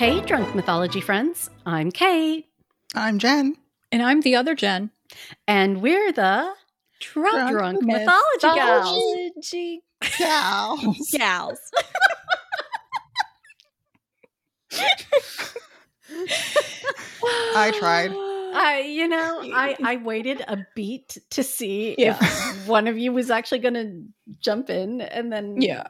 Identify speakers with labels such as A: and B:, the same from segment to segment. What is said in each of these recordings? A: Hey, drunk mythology friends. I'm Kate,
B: I'm Jen.
C: And I'm the other Jen.
A: and we're the
C: Drunk,
A: Drunk
B: myth-
A: Mythology Gals.
C: mythology
B: Gals.
C: gals.
B: I tried.
A: I, you know, I, I waited a beat to see
C: Yeah.
A: if one of you was actually going to jump in, and then
C: yeah.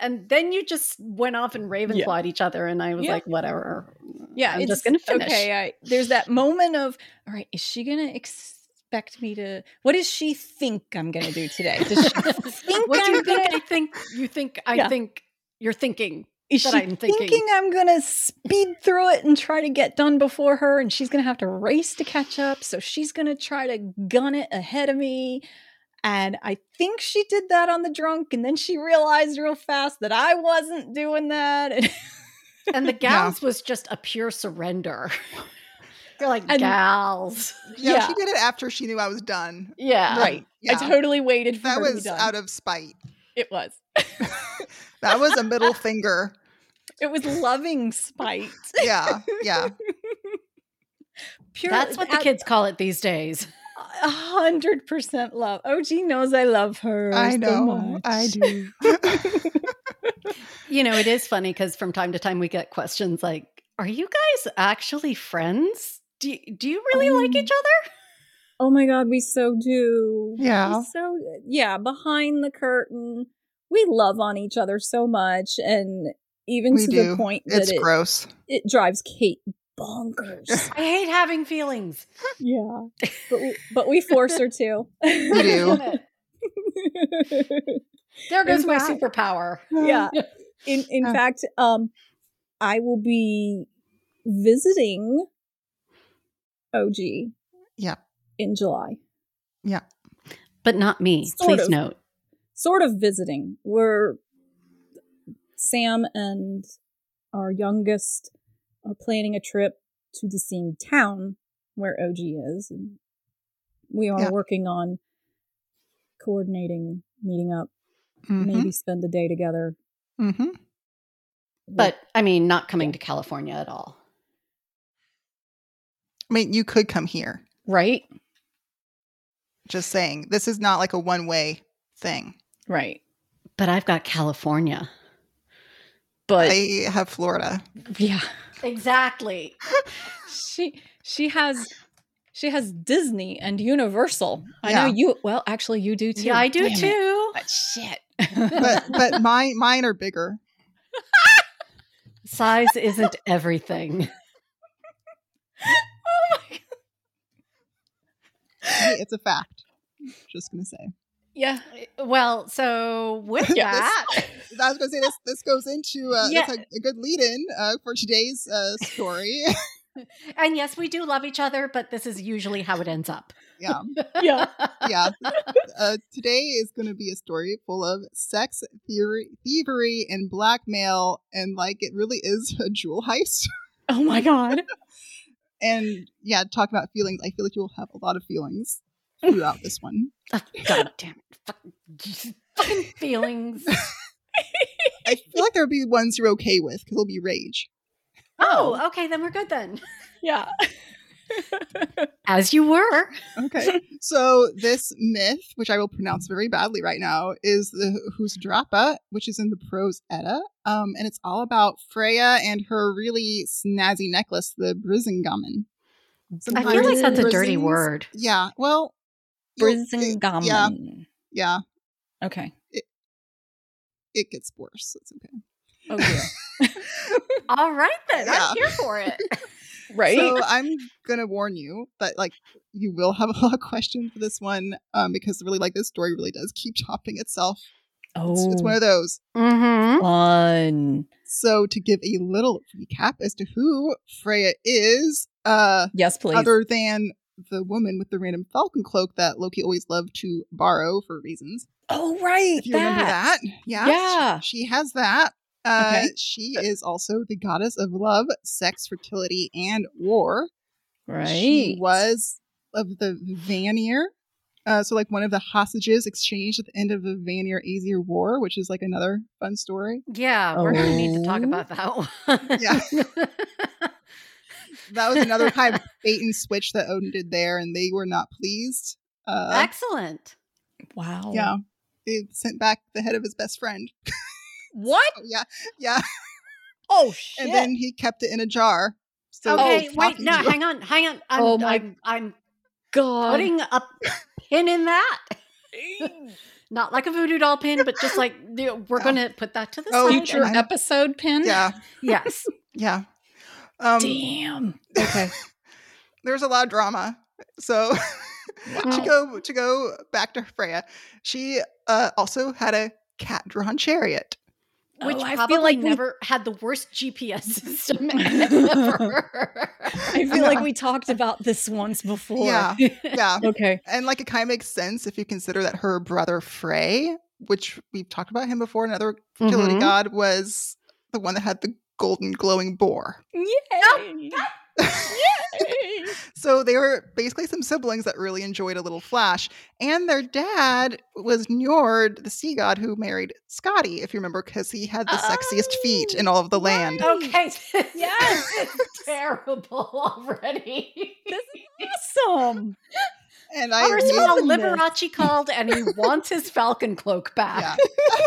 A: and then you just went off and raven
C: Yeah.
A: clawed each other, and I was
C: Yeah.
A: like, whatever.
C: Yeah.
A: I'm
C: it's
A: just gonna finish.
C: Okay. I, there's that moment of, all right, is she going to expect me to, what does she think I'm going to do today? Does she think
A: What do you
C: I'm
A: think?
C: going
A: I
C: to,
A: think you think I
C: Yeah.
A: think you're thinking.
C: is
A: that
C: she
A: I'm thinking?
C: I'm going to speed through it and try to get done before her and she's going to have to race to catch up. So she's going to try to gun it ahead of me. And I think she did that on the drunk. And then she realized real fast that I wasn't doing that. And
A: And the gals was just a pure surrender. You're like
C: And-
A: gals.
B: Yeah,
C: Yeah.
B: she did it after she knew I was done.
A: Yeah.
C: Right.
B: Yeah.
C: I totally waited for
B: that
C: her to
B: was
C: be done.
B: out of spite.
C: it was.
B: That was a middle finger.
C: It was loving spite.
B: Yeah. Yeah.
C: Pure.
A: That's what the
C: a-
A: kids call it these days.
C: A hundred percent love. Oh, she knows I love her.
B: I
C: so
B: know.
C: much.
B: I do.
A: You know, it is funny because from time to time we get questions like, "Are you guys actually friends? Do you, do you really like
C: Oh.
A: each other?"
C: Oh my god, we so do.
B: Yeah.
C: We so yeah, behind the curtain, we love on each other so much, and even
B: We
C: to
B: do.
C: the point that
B: It's
C: it,
B: gross.
C: it drives Kate bonkers.
A: I hate having feelings.
C: yeah, but we, but we force her to.
B: We do.
A: There goes my
C: fact-
A: superpower.
C: yeah. In in
B: Oh.
C: fact, um, I will be visiting OG
B: Yeah.
C: in July.
A: But not me.
C: Sort
A: Please
C: of.
A: note.
C: Sort of visiting. We're Sam and our youngest are planning a trip to the same town where OG is. And we are
B: Yeah.
C: working on coordinating, meeting up,
B: hmm
C: maybe spend a day together.
B: hmm
A: But I mean, not coming to California at all.
B: I mean, you could come here.
C: right,
B: Just saying. This is not like a one way thing.
C: right.
A: But I've got California.
C: But
B: I have Florida.
C: yeah.
A: Exactly.
C: she she has she has Disney and Universal. I know
B: Yeah.
C: you. Well, actually, you do too.
A: Yeah, I do
C: Damn it.
A: too.
C: But shit.
B: But but my mine are bigger.
A: Size isn't everything.
B: It's a fact. Just gonna say.
C: yeah.
A: Well, so with
B: Yeah, this-
A: that,
B: I was going to say this. This goes into uh,
A: Yeah.
B: that's a, a good lead-in uh, for today's uh, story.
A: and yes, we do love each other, but this is usually how it ends up.
B: yeah,
C: Yeah.
B: yeah. Uh, today is going to be a story full of sex theory, thievery, and blackmail, and like it really is a jewel heist.
C: Oh my god.
B: And yeah, talk about feelings. I feel like you'll have a lot of feelings throughout this one.
A: Oh, God damn it. Fucking, fucking feelings. Oh,
B: I feel like there will be ones you're okay with because it'll be rage.
A: Oh, okay. Then we're good then.
C: Yeah.
A: As you were.
B: Okay. so this myth, which I will pronounce very badly right now, is the Husdrapa, which is in the Prose Edda. Um, and it's all about Freya and her really snazzy necklace, the Brisingamen.
A: I feel like that's a dirty
B: Brisings-
A: word.
B: Yeah. Well, you'll- it-
C: Brisingamen.
B: Yeah. Yeah.
C: Okay.
B: It gets worse. It's okay.
C: Oh dear.
A: All right then.
B: Yeah.
A: I'm here for it.
C: Right.
B: So I'm gonna warn you that like you will have a lot of questions for this one um, because really like this story really does keep topping itself.
C: oh.
B: It's, it's one of those.
A: mm-hmm.
C: fun.
B: So, to give a little recap as to who Freya is, uh,
C: Yes, please.
B: other than the woman with the random falcon cloak that Loki always loved to borrow for reasons.
C: oh right.
B: If you remember that, yeah,
C: Yeah.
B: she has that. Uh,
C: Okay.
B: She is also the goddess of love, sex, fertility, and war.
C: Right.
B: She was of the Vanir, Uh, so, like one of the hostages exchanged at the end of the Vanir Aesir War, which is like another fun story.
A: Yeah, we're going to need to talk
C: Oh.
A: about that one.
B: Yeah. That was another kind of bait and switch that Odin did there, and they were not pleased. Uh,
A: Excellent.
C: Wow.
B: yeah, they sent back the head of his best friend.
C: What?
B: Oh, yeah, yeah,
C: Oh shit.
B: and then he kept it in a jar. So
A: Okay,
B: he's
A: wait,
B: talking
A: no,
B: to you.
A: hang on, hang on. I'm,
C: Oh my-
A: I'm, I'm
C: God.
A: putting a pin in that. Not like a voodoo doll pin, but just like you know, we're
B: Yeah.
A: going to put that to the
B: Oh,
A: side.
C: Future
B: I-
C: episode pin.
B: Yeah,
A: Yes.
B: yeah. Um,
C: Damn.
B: okay. There's a lot of drama. So to
A: Wow.
B: go to go back to Freya, she uh, also had a cat drawn chariot.
A: Which
C: Oh, I
A: probably
C: feel like we-
A: never had the worst GPS system ever.
C: I feel like we talked about this once before.
B: Yeah. Yeah.
C: Okay.
B: and like it kind of makes sense if you consider that her brother Frey, which we've talked about him before, another fertility
A: Mhm.
B: god, was the one that had the golden glowing boar.
C: Yay. Yay.
B: So they were basically some siblings that really enjoyed a little flash. And their dad was Njord, the sea god who married Scotty, if you remember, because he had the sexiest feet in all of
A: Oh,
B: the land.
C: right.
A: Okay.
C: Yes.
A: This is terrible already.
C: Awesome.
B: And I
A: First of
B: knew-
A: all,
C: Goodness.
A: Liberace called and he wants his falcon cloak back.
B: yeah.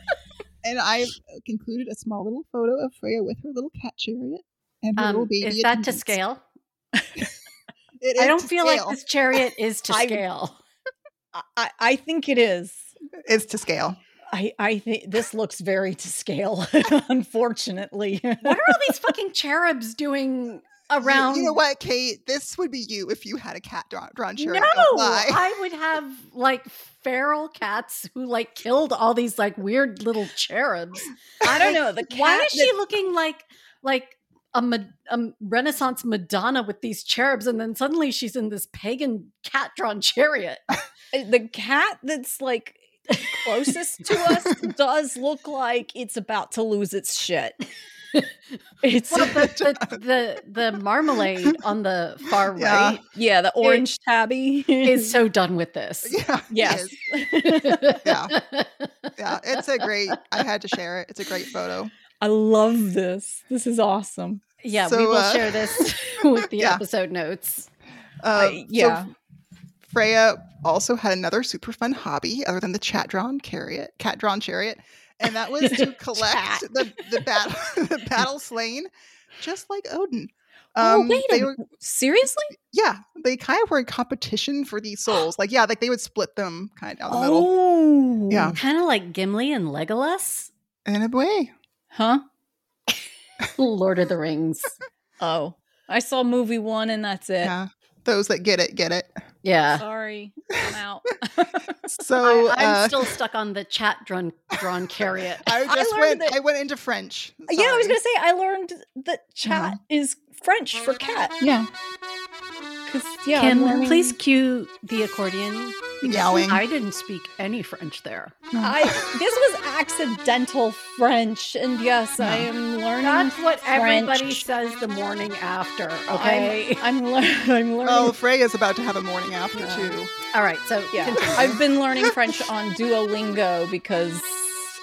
B: and I concluded a small little photo of Freya with her little cat chariot and her little
A: Um,
B: baby.
A: is that to
B: attendants.
A: scale?
B: It
A: I
B: is
A: don't
B: to
A: feel
B: scale.
A: like this chariot is to
C: I-
A: scale.
C: I- I, I think it is.
B: It's to scale.
C: I, I think this looks very to scale, unfortunately.
A: What are all these fucking cherubs doing
B: You-
A: around?
B: You, know what, Kate? This would be you if you had a cat drawn, drawn
A: No,
B: chariot. Don't lie.
A: Oh, I would have like feral cats who like killed all these like weird little cherubs.
C: I don't know. The cat
A: Why is she
C: that-
A: looking like like a, Ma- a Renaissance Madonna with these cherubs, and then suddenly she's in this pagan cat drawn chariot?
C: the cat that's like closest to us does look like it's about to lose its shit. It's
A: Well, the, the, the the marmalade on the far right
B: Yeah.
C: yeah, the orange tabby
A: is so done with this.
B: yeah. it
C: Yes.
B: is. Yeah. It's a great. I had to share it. It's a great photo.
C: I love this. This is awesome.
A: Yeah, we
B: So,
A: will
B: uh,
A: share this with the
B: yeah.
A: episode notes.
B: Uh,
C: I- yeah.
B: So Freya also had another super fun hobby other than the chat drawn chariot, cat drawn chariot, and that was to collect
C: Chat.
B: the the battle the battle slain, just like Odin. Um,
C: oh wait,
B: they
C: a,
B: were-
C: seriously?
B: yeah, they kind of were in competition for these souls. Like, yeah, like they would split them kind of down the middle.
C: Oh
B: Yeah.
A: Kind of like Gimli and Legolas,
B: And a way,
C: Huh?
A: Lord of the Rings.
C: Oh, I saw movie one and that's it.
B: yeah, those that get it get it.
A: Yeah.
C: Sorry, I'm out.
B: So
A: I, am
B: uh,
A: still stuck on the chat drawn drawn carriot.
B: I
C: I
B: just went.
C: learned that-
B: I went into French.
C: Yeah, I was
B: Sorry.
C: gonna say I learned that chat is French for cat.
B: Yeah,
C: Cause yeah, I'm
A: Can
C: learning-
A: please cue the accordion?
B: Meowing.
A: I didn't speak any French there.
C: I this was accidental French, and yes, I
B: Yeah.
C: am learning.
A: That's what
C: French.
A: everybody says the morning after. Okay.
C: Okay, I'm, lear- I'm learning.
B: Oh, Freya's about to have a morning after
C: Yeah.
B: too.
A: All right. So
C: yeah,
A: continue.
C: I've been learning French on Duolingo because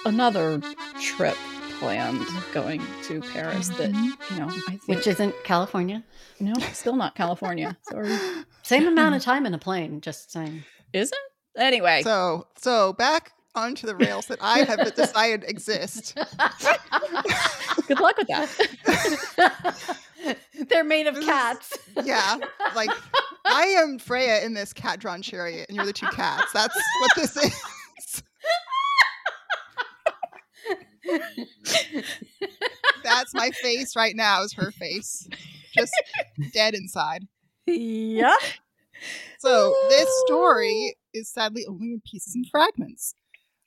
C: another trip planned going to Paris. That
B: Mm-hmm.
C: you know, I think
A: which isn't California.
C: no, still not California. Sorry,
B: Mm-hmm.
A: Same amount of time in a plane. Just saying.
C: is it? Anyway,
B: So, so back onto the rails that I have decided exist.
C: good luck with that.
A: They're made of
B: This is-
A: cats.
B: Yeah, like I am Freya in this cat drawn chariot, and you're the two cats. That's what this is. That's my face right now. Is her face just dead inside?
A: yeah.
B: So this story is sadly only in pieces and fragments.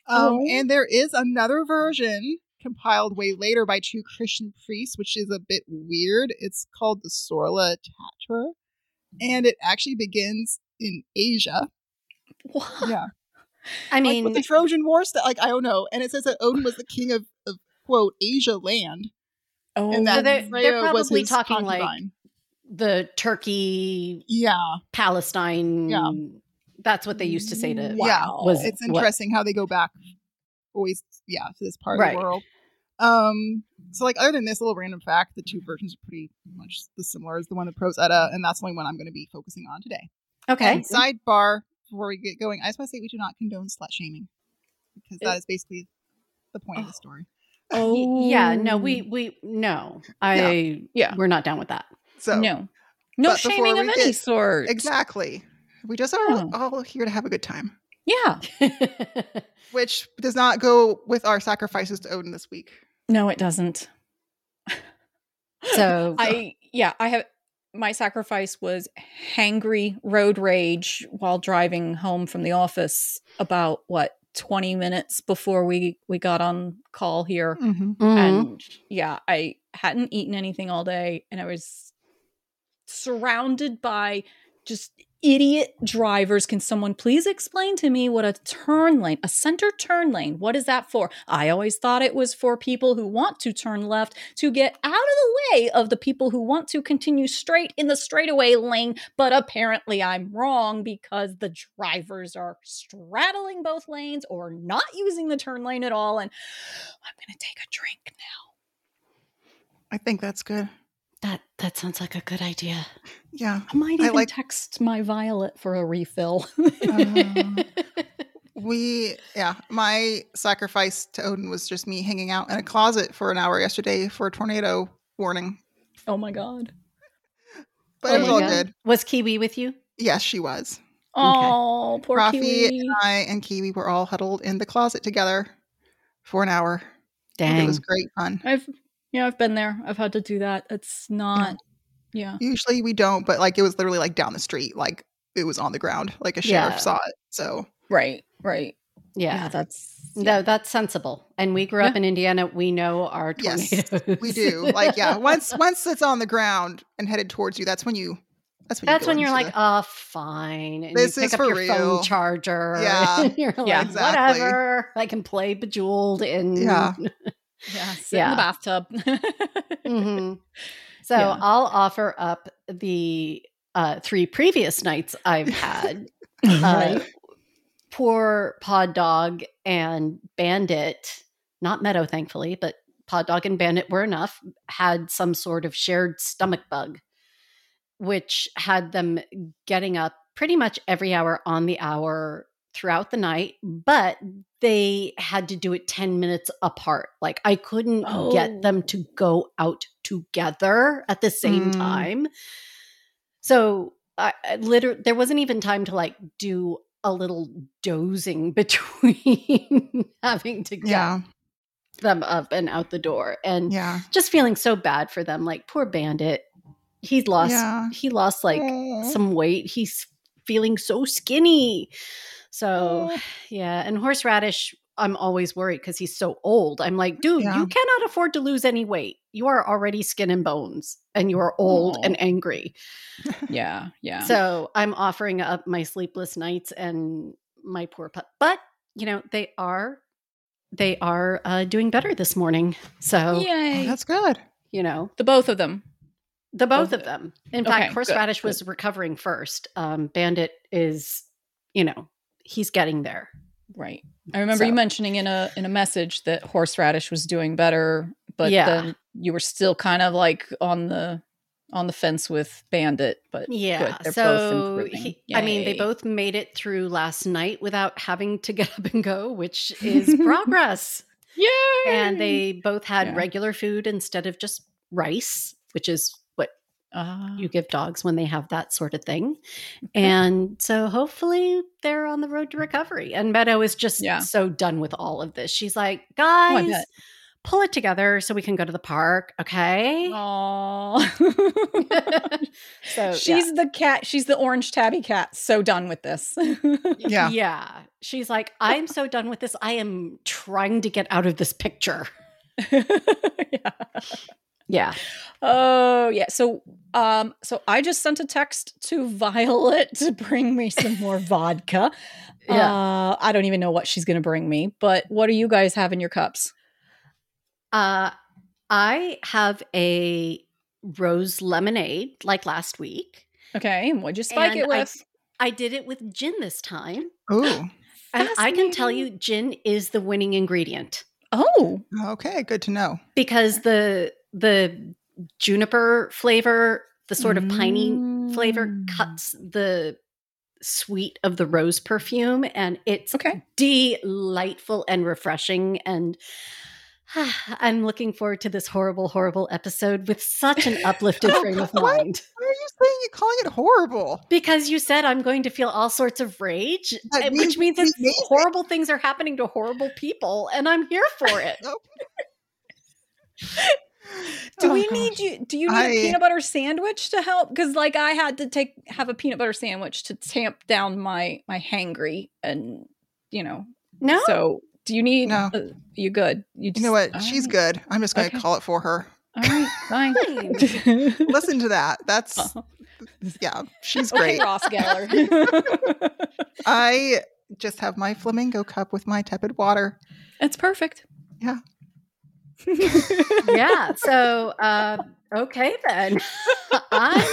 B: Um,
C: Oh.
B: And there is another version compiled way later by two Christian priests, which is a bit weird. It's called the Sorla Tatar, and it actually begins in Asia.
C: What?
B: Yeah,
A: I
B: like
A: mean,
B: with the Trojan War stuff. Like I don't know. And it says that Odin was the king of, of quote Asia land,
C: Oh,
B: and that
A: they're- they're
B: Freya was
A: probably
B: his
A: talking, like-
B: concubine.
A: the Turkey,
B: yeah,
A: Palestine,
B: Yeah.
A: That's what they used to say to.
B: Yeah,
A: was
B: it's
A: what-
B: interesting how they go back always yeah to this part
A: Right.
B: of the world um so like other than this little random fact the two versions are pretty much the similar as the one of Prose Edda, and that's the only one i'm going to be focusing on today
A: okay.
B: and sidebar before we get going i just want to say we do not condone slut shaming because that is basically the point
A: Oh,
B: of the story
C: Oh.
A: Y- yeah. No, we we no. I
C: Yeah.
A: We're not down with that.
B: so
C: no, no
B: but before
C: shaming of
B: we
C: any
B: get-
C: sort.
B: exactly we just are
C: No.
B: all here to have a good time
C: Yeah.
B: which does not go with our sacrifices to odin this week
C: No, it doesn't.
A: so
C: I yeah, I have my sacrifice was hangry road rage while driving home from the office about what 20 minutes before we we got on call here
B: mm-hmm.
A: Mhm.
C: and yeah, I hadn't eaten anything all day and I was surrounded by just idiot drivers. Can someone please explain to me what a turn lane, a center turn lane, what is that for? I always thought it was for people who want to turn left to get out of the way of the people who want to continue straight in the straightaway lane, but apparently I'm wrong because the drivers are straddling both lanes or not using the turn lane at all and I'm going to take a drink now.
B: i think that's good
A: that that sounds like a good idea.
B: yeah
C: I might
B: I
C: even
B: like-
C: text my Violet for a refill.
B: Um,
C: Mm.
B: we yeah my sacrifice to odin was just me hanging out in a closet for an hour yesterday for a tornado warning
C: oh my god.
B: but
C: Oh
B: it was
C: my
B: all
C: God.
B: good
A: Was Kiwi with you?
B: yes she was
C: Oh, poor
B: Rafi
C: Kiwi.
B: and i and kiwi were all huddled in the closet together for an hour
A: Dang.
B: it was great fun
C: I've yeah, I've been there. I've had to do that. It's not yeah.
B: usually we don't but like it was literally like down the street like it was on the ground like a sheriff
A: Yeah.
B: saw it so
C: Right, right.
A: yeah.
C: that's
A: No, that's sensible. And we grew up in Indiana. We know our
B: Yes,
A: tornadoes.
B: we do like yeah once once it's on the ground and headed towards you that's when you that's when you
A: That's
B: go
A: when you're
B: into
A: like,
B: the-
A: oh, fine. And
B: This
A: you pick
B: is
A: up
B: for
A: your
B: real.
A: phone charger.
B: Yeah.
A: and you're
C: Yeah,
A: like,
B: exactly.
A: whatever. I can play Bejeweled in.
B: Yeah.
C: yeah, sit
A: Yeah.
C: in the bathtub.
A: Mhm. So
C: Yeah.
A: I'll offer up the uh, three previous nights I've had. Uh, poor Pod Dog and Bandit, not Meadow, thankfully, but Pod Dog and Bandit were enough, had some sort of shared stomach bug, which had them getting up pretty much every hour on the hour throughout the night, but they had to do it 10 minutes apart. Like I couldn't
C: Oh.
A: get them to go out together at the same
B: Mm.
A: time. So I, I literally, there wasn't even time to like do a little dozing between having to get
B: yeah
A: them up and out the door and
B: yeah
A: just feeling so bad for them. Like poor bandit. He's lost,
B: Yeah.
A: he lost like
B: Aw.
A: some weight. He's feeling so skinny. So,
B: Aw.
A: yeah. And horseradish, I'm always worried because he's so old. I'm like, dude,
B: Yeah.
A: you cannot afford to lose any weight. You are already skin and bones and you are old
C: Aw.
A: and angry.
C: yeah, yeah.
A: So, I'm offering up my sleepless nights and my poor pup. But, you know, they are. They are uh, doing better this morning. So,
B: Oh,
C: Yay.
B: that's good
A: you know,
C: the both of them.
A: the both
C: Both-
A: of them. In
C: okay,
A: fact,
C: good,
A: horseradish
C: good.
A: was recovering first. Um, Bandit is, you know, he's getting there.
C: Right. I remember you
A: So-
C: mentioning in a in a message that horseradish was doing better, but
A: Yeah.
C: then you were still kind of like on the on the fence with bandit, but
A: Yeah.
C: Good. They're both
A: so,
C: improving.
A: he- I mean, they
C: Yay.
A: both made it through last night without having to get up and go, which is progress.
C: yeah.
A: and they both had
C: Yeah.
A: regular food instead of just rice, which is what
C: Ah.
A: you give dogs when they have that sort of thing. And so hopefully they're on the road to recovery. And Meadow is just
C: Yeah. Oh,
A: so done with all of this. She's like,
C: I
A: guys,
C: bet.
A: pull it together so we can go to the park. Okay.
C: Aww.
A: so
C: she's the cat. She's the orange tabby cat. So done with this.
A: yeah.
B: Yeah.
A: yeah. She's like, I'm so done with this. I am trying to get out of this picture.
C: yeah.
A: Yeah.
C: Oh yeah. So um so I just sent a text to Violet to bring me some more vodka.
A: Yeah.
C: Uh I don't even know what she's gonna bring me, but what do you guys have in your cups?
A: Uh, I have a rose lemonade like last week.
C: Okay, and what'd you spike
A: And
C: it
A: I-
C: with?
A: I did it with gin this time.
B: Ooh.
A: And I can tell you, gin is the winning ingredient
C: Oh,
B: Okay. Good to know.
A: because the the juniper flavor, the sort of piney flavor,
C: Mm.
A: cuts the sweet of the rose perfume, and it's
C: Okay.
A: delightful and refreshing. And I'm looking forward to this horrible, horrible episode with such an uplifted
B: Oh,
A: frame of
B: what?
A: mind.
B: Why are you saying it, calling it horrible?
A: Because you said I'm going to feel all sorts of rage,
B: That
A: eh,
B: means
A: which means
B: we
A: it's
B: made it.
A: horrible things are happening to horrible people, and I'm here for it.
C: Do
B: Oh,
C: we
B: gosh.
C: need you? Do you need a
B: I-
C: peanut butter sandwich to help? Because like I had to take have a peanut butter sandwich to tamp down my my hangry and you know.
A: No,
C: So do you need?
B: No.
C: uh, you good?
B: You know
C: just-
B: what?
C: all
B: She's
C: right,
B: good. I'm just going to
C: Okay.
B: call it for her.
C: All right, fine.
B: Listen to that. That's yeah. She's great.
C: Okay, Ross Geller.
B: I just have my flamingo cup with my tepid water.
C: That's perfect.
B: Yeah.
A: yeah. So, uh, okay then. I'm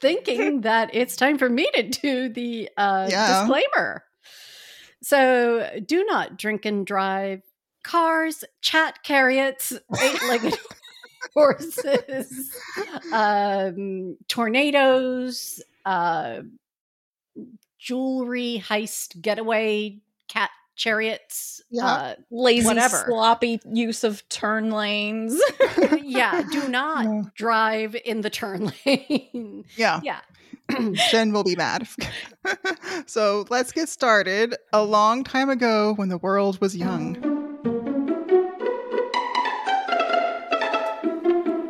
A: thinking that it's time for me to do the uh,
B: Yeah.
A: disclaimer. So, do not drink and drive cars, chat carrots, eight legged horses, um, tornadoes, uh, jewelry heist getaway, cat chariots,
B: Yeah.
A: uh,
C: Lazy,
A: Whatever.
C: sloppy use of turn lanes.
A: yeah, do not
B: No.
A: drive in the turn lane.
B: Yeah.
A: yeah.
B: Jen will be mad. so let's get started. A long time ago, when the world was young.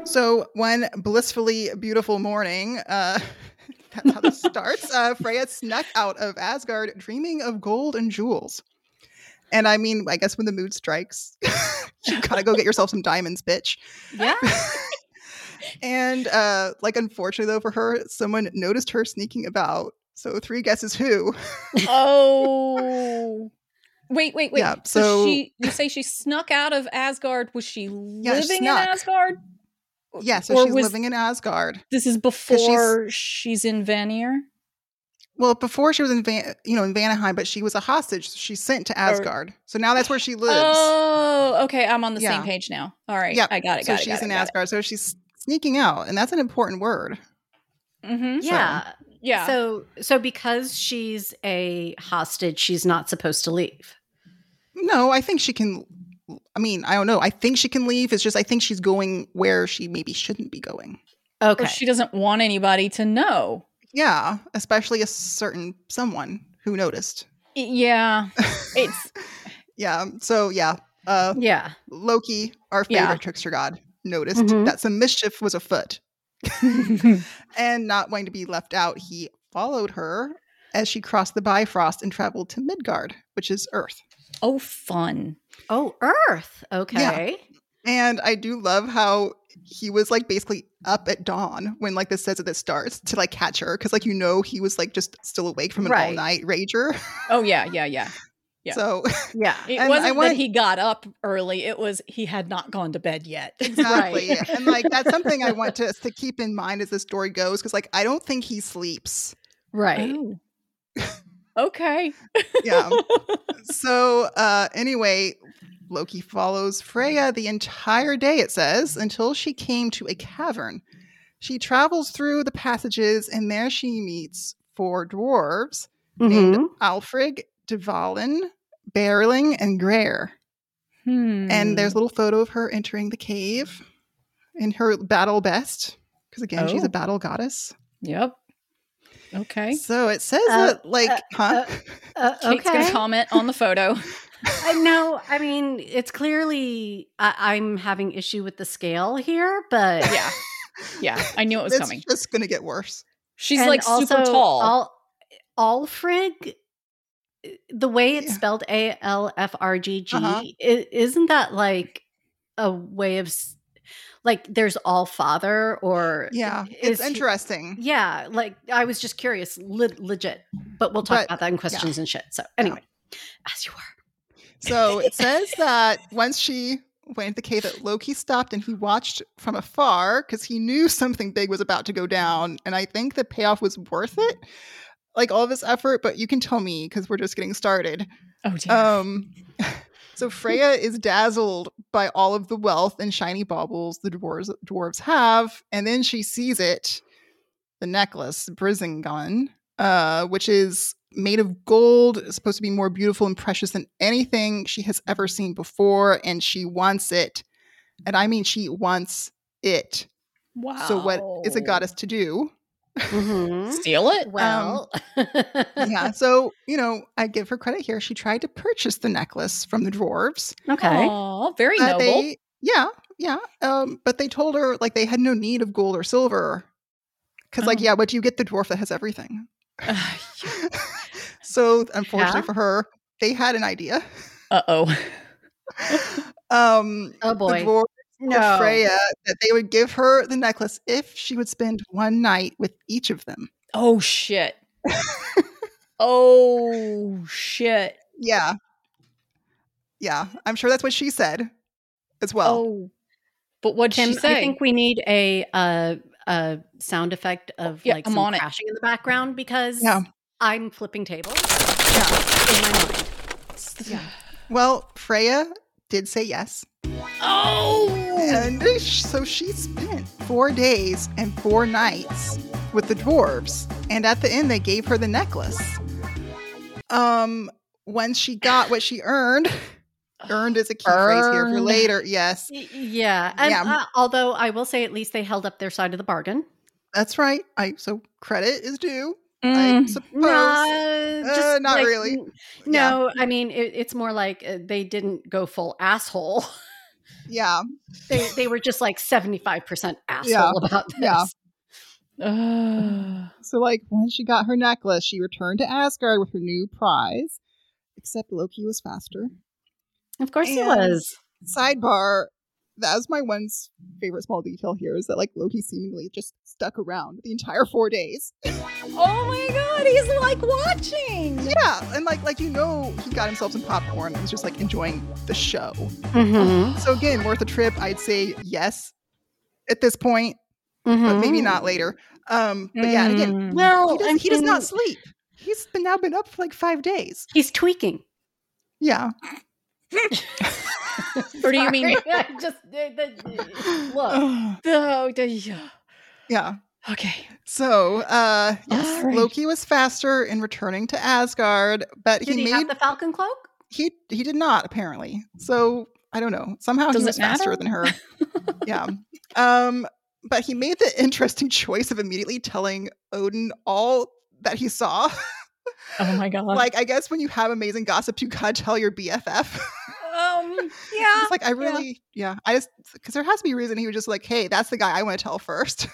B: So, one blissfully beautiful morning, uh, that's how this starts. Uh, Freya snuck out of Asgard dreaming of gold and jewels. And I mean, I guess when the mood strikes, you gotta go get yourself some diamonds, bitch.
A: yeah.
B: And uh, like, unfortunately, though, for her, someone noticed her sneaking about. So, three guesses who?
C: oh. Wait, wait, wait.
B: Yeah,
C: so,
B: so-
C: she you say she snuck out of Asgard. Was she living
B: snuck.
C: in Asgard?
B: Yeah, so
C: Or
B: she's
C: was-
B: living in Asgard.
C: This is
B: she's-
C: before she's, in Vanir.
B: Well, before she was in Van, you know, in Vanaheim, but she was a hostage. So she's sent to Asgard. so now that's where she lives.
C: Oh, okay. I'm on the
B: Yeah.
C: same page now. All right.
B: Yep,
C: I got it.
B: so
C: Got it.
B: she's
C: Got it,
B: in
C: got
B: Asgard. So she's sneaking out, and that's an important word.
C: it. Mm-hmm.
A: Yeah.
C: Yeah.
A: So so because she's a hostage, she's not supposed to leave.
B: No, I think she can. I mean, I don't know. I think she can leave. It's just I think she's going where she maybe shouldn't be going.
A: Okay.
C: Or she doesn't want anybody to know.
B: Yeah, especially a certain someone who noticed.
C: Y- Yeah. It's
B: Yeah. So yeah, uh,
A: yeah.
B: Loki, our favorite
C: Yeah.
B: trickster god, noticed
A: Mhm.
B: that some mischief was afoot. and not wanting to be left out, he followed her as she crossed the Bifrost and traveled to Midgard, which is Earth.
C: oh fun.
A: Oh, Earth. Okay.
B: And I do love how he was like basically up at dawn when like this says that it starts to like catch her because like you know he was like just still awake from an
A: Right.
B: all night rager.
C: Oh yeah, yeah, yeah. Yeah.
B: So
A: Yeah.
C: It
B: And I
C: wasn't
B: want-
C: that he got up early. It was he had not gone to bed yet.
B: exactly, and like that's something I want to, us to keep in mind as the story goes because like I don't think he sleeps.
A: Right.
C: Oh. okay.
B: Yeah. so uh anyway loki follows freya the entire day it says until she came to a cavern she travels through the passages and there she meets four dwarves
A: Mhm.
B: alfrig dvalin Berling, and Graer.
C: Hmm.
B: and
C: Mm.
B: there's a little photo of her entering the cave in her battle best because again she's
C: Oh.
B: a battle goddess
C: yep. Okay.
B: so it says
A: Uh,
B: that like
A: uh,
B: huh
A: Uh,
C: Kate's gonna comment on the photo.
A: I know. I mean, it's clearly I, I'm having issue with the scale here, but
C: yeah. Yeah. I knew it was
B: it's
C: coming.
B: just gonna get worse
C: She's
A: And
C: like super tall.
A: Al- Alfrig, the way it's
B: Yeah.
A: spelled A L F R G G,
B: Uh-huh.
A: i- isn't that like a way of s- like there's all father or
B: yeah
A: is
B: it's
A: he-
B: interesting
A: yeah, like I was just curious, le- legit, but we'll talk
B: But-
A: about that in questions and shit. So anyway, as you are,
B: So it says that once she went into the cave, that Loki stopped and he watched from afar because he knew something big was about to go down. And I think the payoff was worth it. like all this effort, but you can tell me because we're just getting started.
C: Oh dear.
B: Um, so Freya is dazzled by all of the wealth and shiny baubles the dwarves dwarves have, and then she sees it, the necklace, Brisingon, uh, which is made of gold, it's supposed to be more beautiful and precious than anything she has ever seen before, and she wants it, and I mean she wants it.
C: wow.
B: So what is a goddess to do?
A: Mhm.
C: Steal it?
A: Well,
B: yeah, so you know, I give her credit here. She tried to purchase the necklace from the dwarves.
A: okay.
C: Aw, very
B: Uh,
C: noble.
B: they, yeah, yeah. Um, but they told her like they had no need of gold or silver, because like
C: Oh.
B: yeah, but you get the dwarf that has everything. so unfortunately
A: Yeah.
B: for her, they had an idea.
C: Uh oh.
B: Um,
A: Oh boy.
B: the dwarf told
A: no.
B: Freya that they would give her the necklace if she would spend one night with each of them.
C: Oh shit. oh shit.
B: Yeah, yeah. I'm sure that's what she said as well.
C: oh. But what'd
A: Tim,
C: she say?
A: I think we need a uh, a sound effect of
C: yeah,
A: like
C: I'm
A: some
C: on it.
A: crashing in the background because
B: Yeah.
A: I'm flipping tables. Yeah, in my mind.
B: Yeah. Well, Freya did say yes.
C: Oh.
B: And sh- so she spent four days and four nights with the dwarves, and at the end they gave her the necklace. Um, once she got what she earned, earned is a key phrase here for
C: Earned.
B: later. Yes,
A: Y- Yeah, and
B: Yeah.
A: uh, although I will say, at least they held up their side of the bargain.
B: that's right. I so credit is due. I
C: Mm.
B: suppose.
A: No,
B: Uh, not really.
A: n- No, I mean it, it's more like uh, they didn't go full asshole.
B: Yeah,
A: they they were just like seventy five percent asshole
B: Yeah,
A: about this.
B: yeah.
C: Ugh.
B: So, like, when she got her necklace, she returned to Asgard with her new prize. Except Loki was faster.
A: Of course he
B: And-
A: was.
B: sidebar that was my one s- favorite small detail here is that like loki seemingly just stuck around the entire four days
C: Oh my god, he's like watching.
B: yeah and like like you know he got himself some popcorn and was just like enjoying the show
A: Mhm,
B: so again worth a trip i'd say yes at this point but
A: mhm.
B: maybe not later um but yeah and again
C: Mm.
A: Mm-hmm. Well,
B: he does,
A: I
B: he does
A: mean,
B: not sleep he's been now been up for like five days
A: He's tweaking.
B: yeah
C: Or do you mean?
A: Sorry, I just the, the, look.
B: Ugh.
C: Oh, do you-
B: yeah
C: okay.
B: So, uh, yes,
C: All right.
B: Loki was faster in returning to Asgard, but
A: Did
B: he,
A: he,
B: made
A: have the Falcon cloak?
B: he he did not apparently. So I don't know. Somehow
C: Does
B: he
C: it
B: was faster
C: matter?
B: than her. yeah. Um, but he made the interesting choice of immediately telling Odin all that he saw.
C: Oh my god.
B: like, I guess when you have amazing gossip, you gotta tell your BFF.
C: um. Yeah.
B: it's like I really, yeah. I just because there has to be a reason he was just like, hey, that's the guy I want to tell first.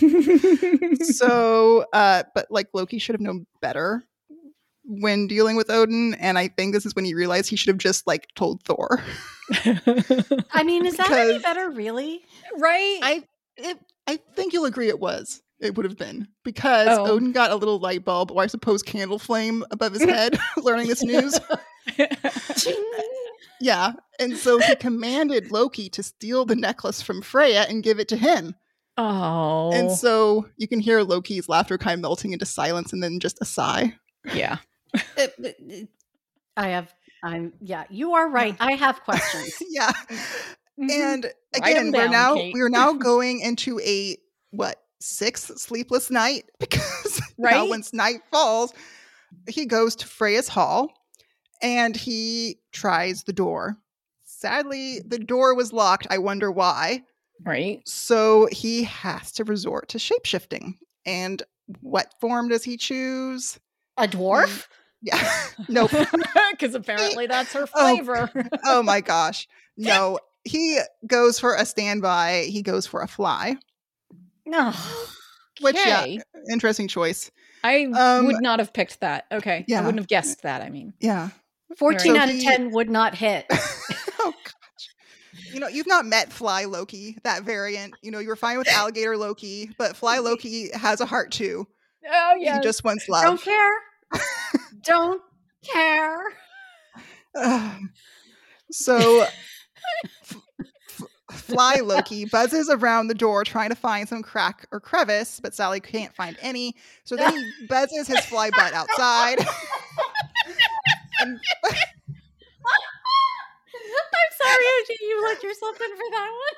B: so uh but like loki should have known better when dealing with odin and i think this is when he realized he should have just like told thor
A: I mean, is that any
B: Because-
A: better, really?
C: right.
B: i it, i think you'll agree it was it would have been because
C: Oh.
B: odin got a little light bulb or i suppose candle flame above his head learning this news yeah and so he commanded loki to steal the necklace from freya and give it to him
C: oh.
B: and so you can hear loki's laughter kind of melting into silence and then just a sigh
C: yeah.
A: I have. I'm. Yeah, you are right. I have questions.
B: yeah
C: Mm-hmm.
B: And
C: Write 'em
B: again, we're
C: down,
B: now
C: Kate.
B: we are now going into a what sixth sleepless night because now
C: Right?
B: once night falls, he goes to Freya's hall and he tries the door. Sadly, the door was locked. I wonder why.
C: right.
B: So he has to resort to shapeshifting. And what form does he choose?
A: A
B: Mm,
A: dwarf?
B: Yeah.
C: Oh.
B: nope.
C: Because apparently that's her flavor.
B: Oh my gosh. No. He goes for a standby. He goes for a fly.
A: No.
B: Which, yeah,
C: Okay.
B: Interesting choice.
C: I
B: Um,
C: would not have picked that. Okay.
B: yeah.
C: I wouldn't have guessed that. I mean,
B: Yeah.
A: Fourteen
B: Right.
A: out
B: So
A: of
B: he-
A: ten would not hit.
B: oh gosh. You know, you've not met Fly Loki, that variant. You know, you were fine with Alligator Loki, but Fly
C: Mm-hmm.
B: Loki has a heart too.
C: oh
B: He just wants
A: Don't
B: love.
A: care. Don't care.
B: Ugh. so f- f- Fly Loki buzzes around the door trying to find some crack or crevice, but Sally can't find any. So then he buzzes his fly butt outside. and,
A: I'm sorry, OG, you let yourself in for that one.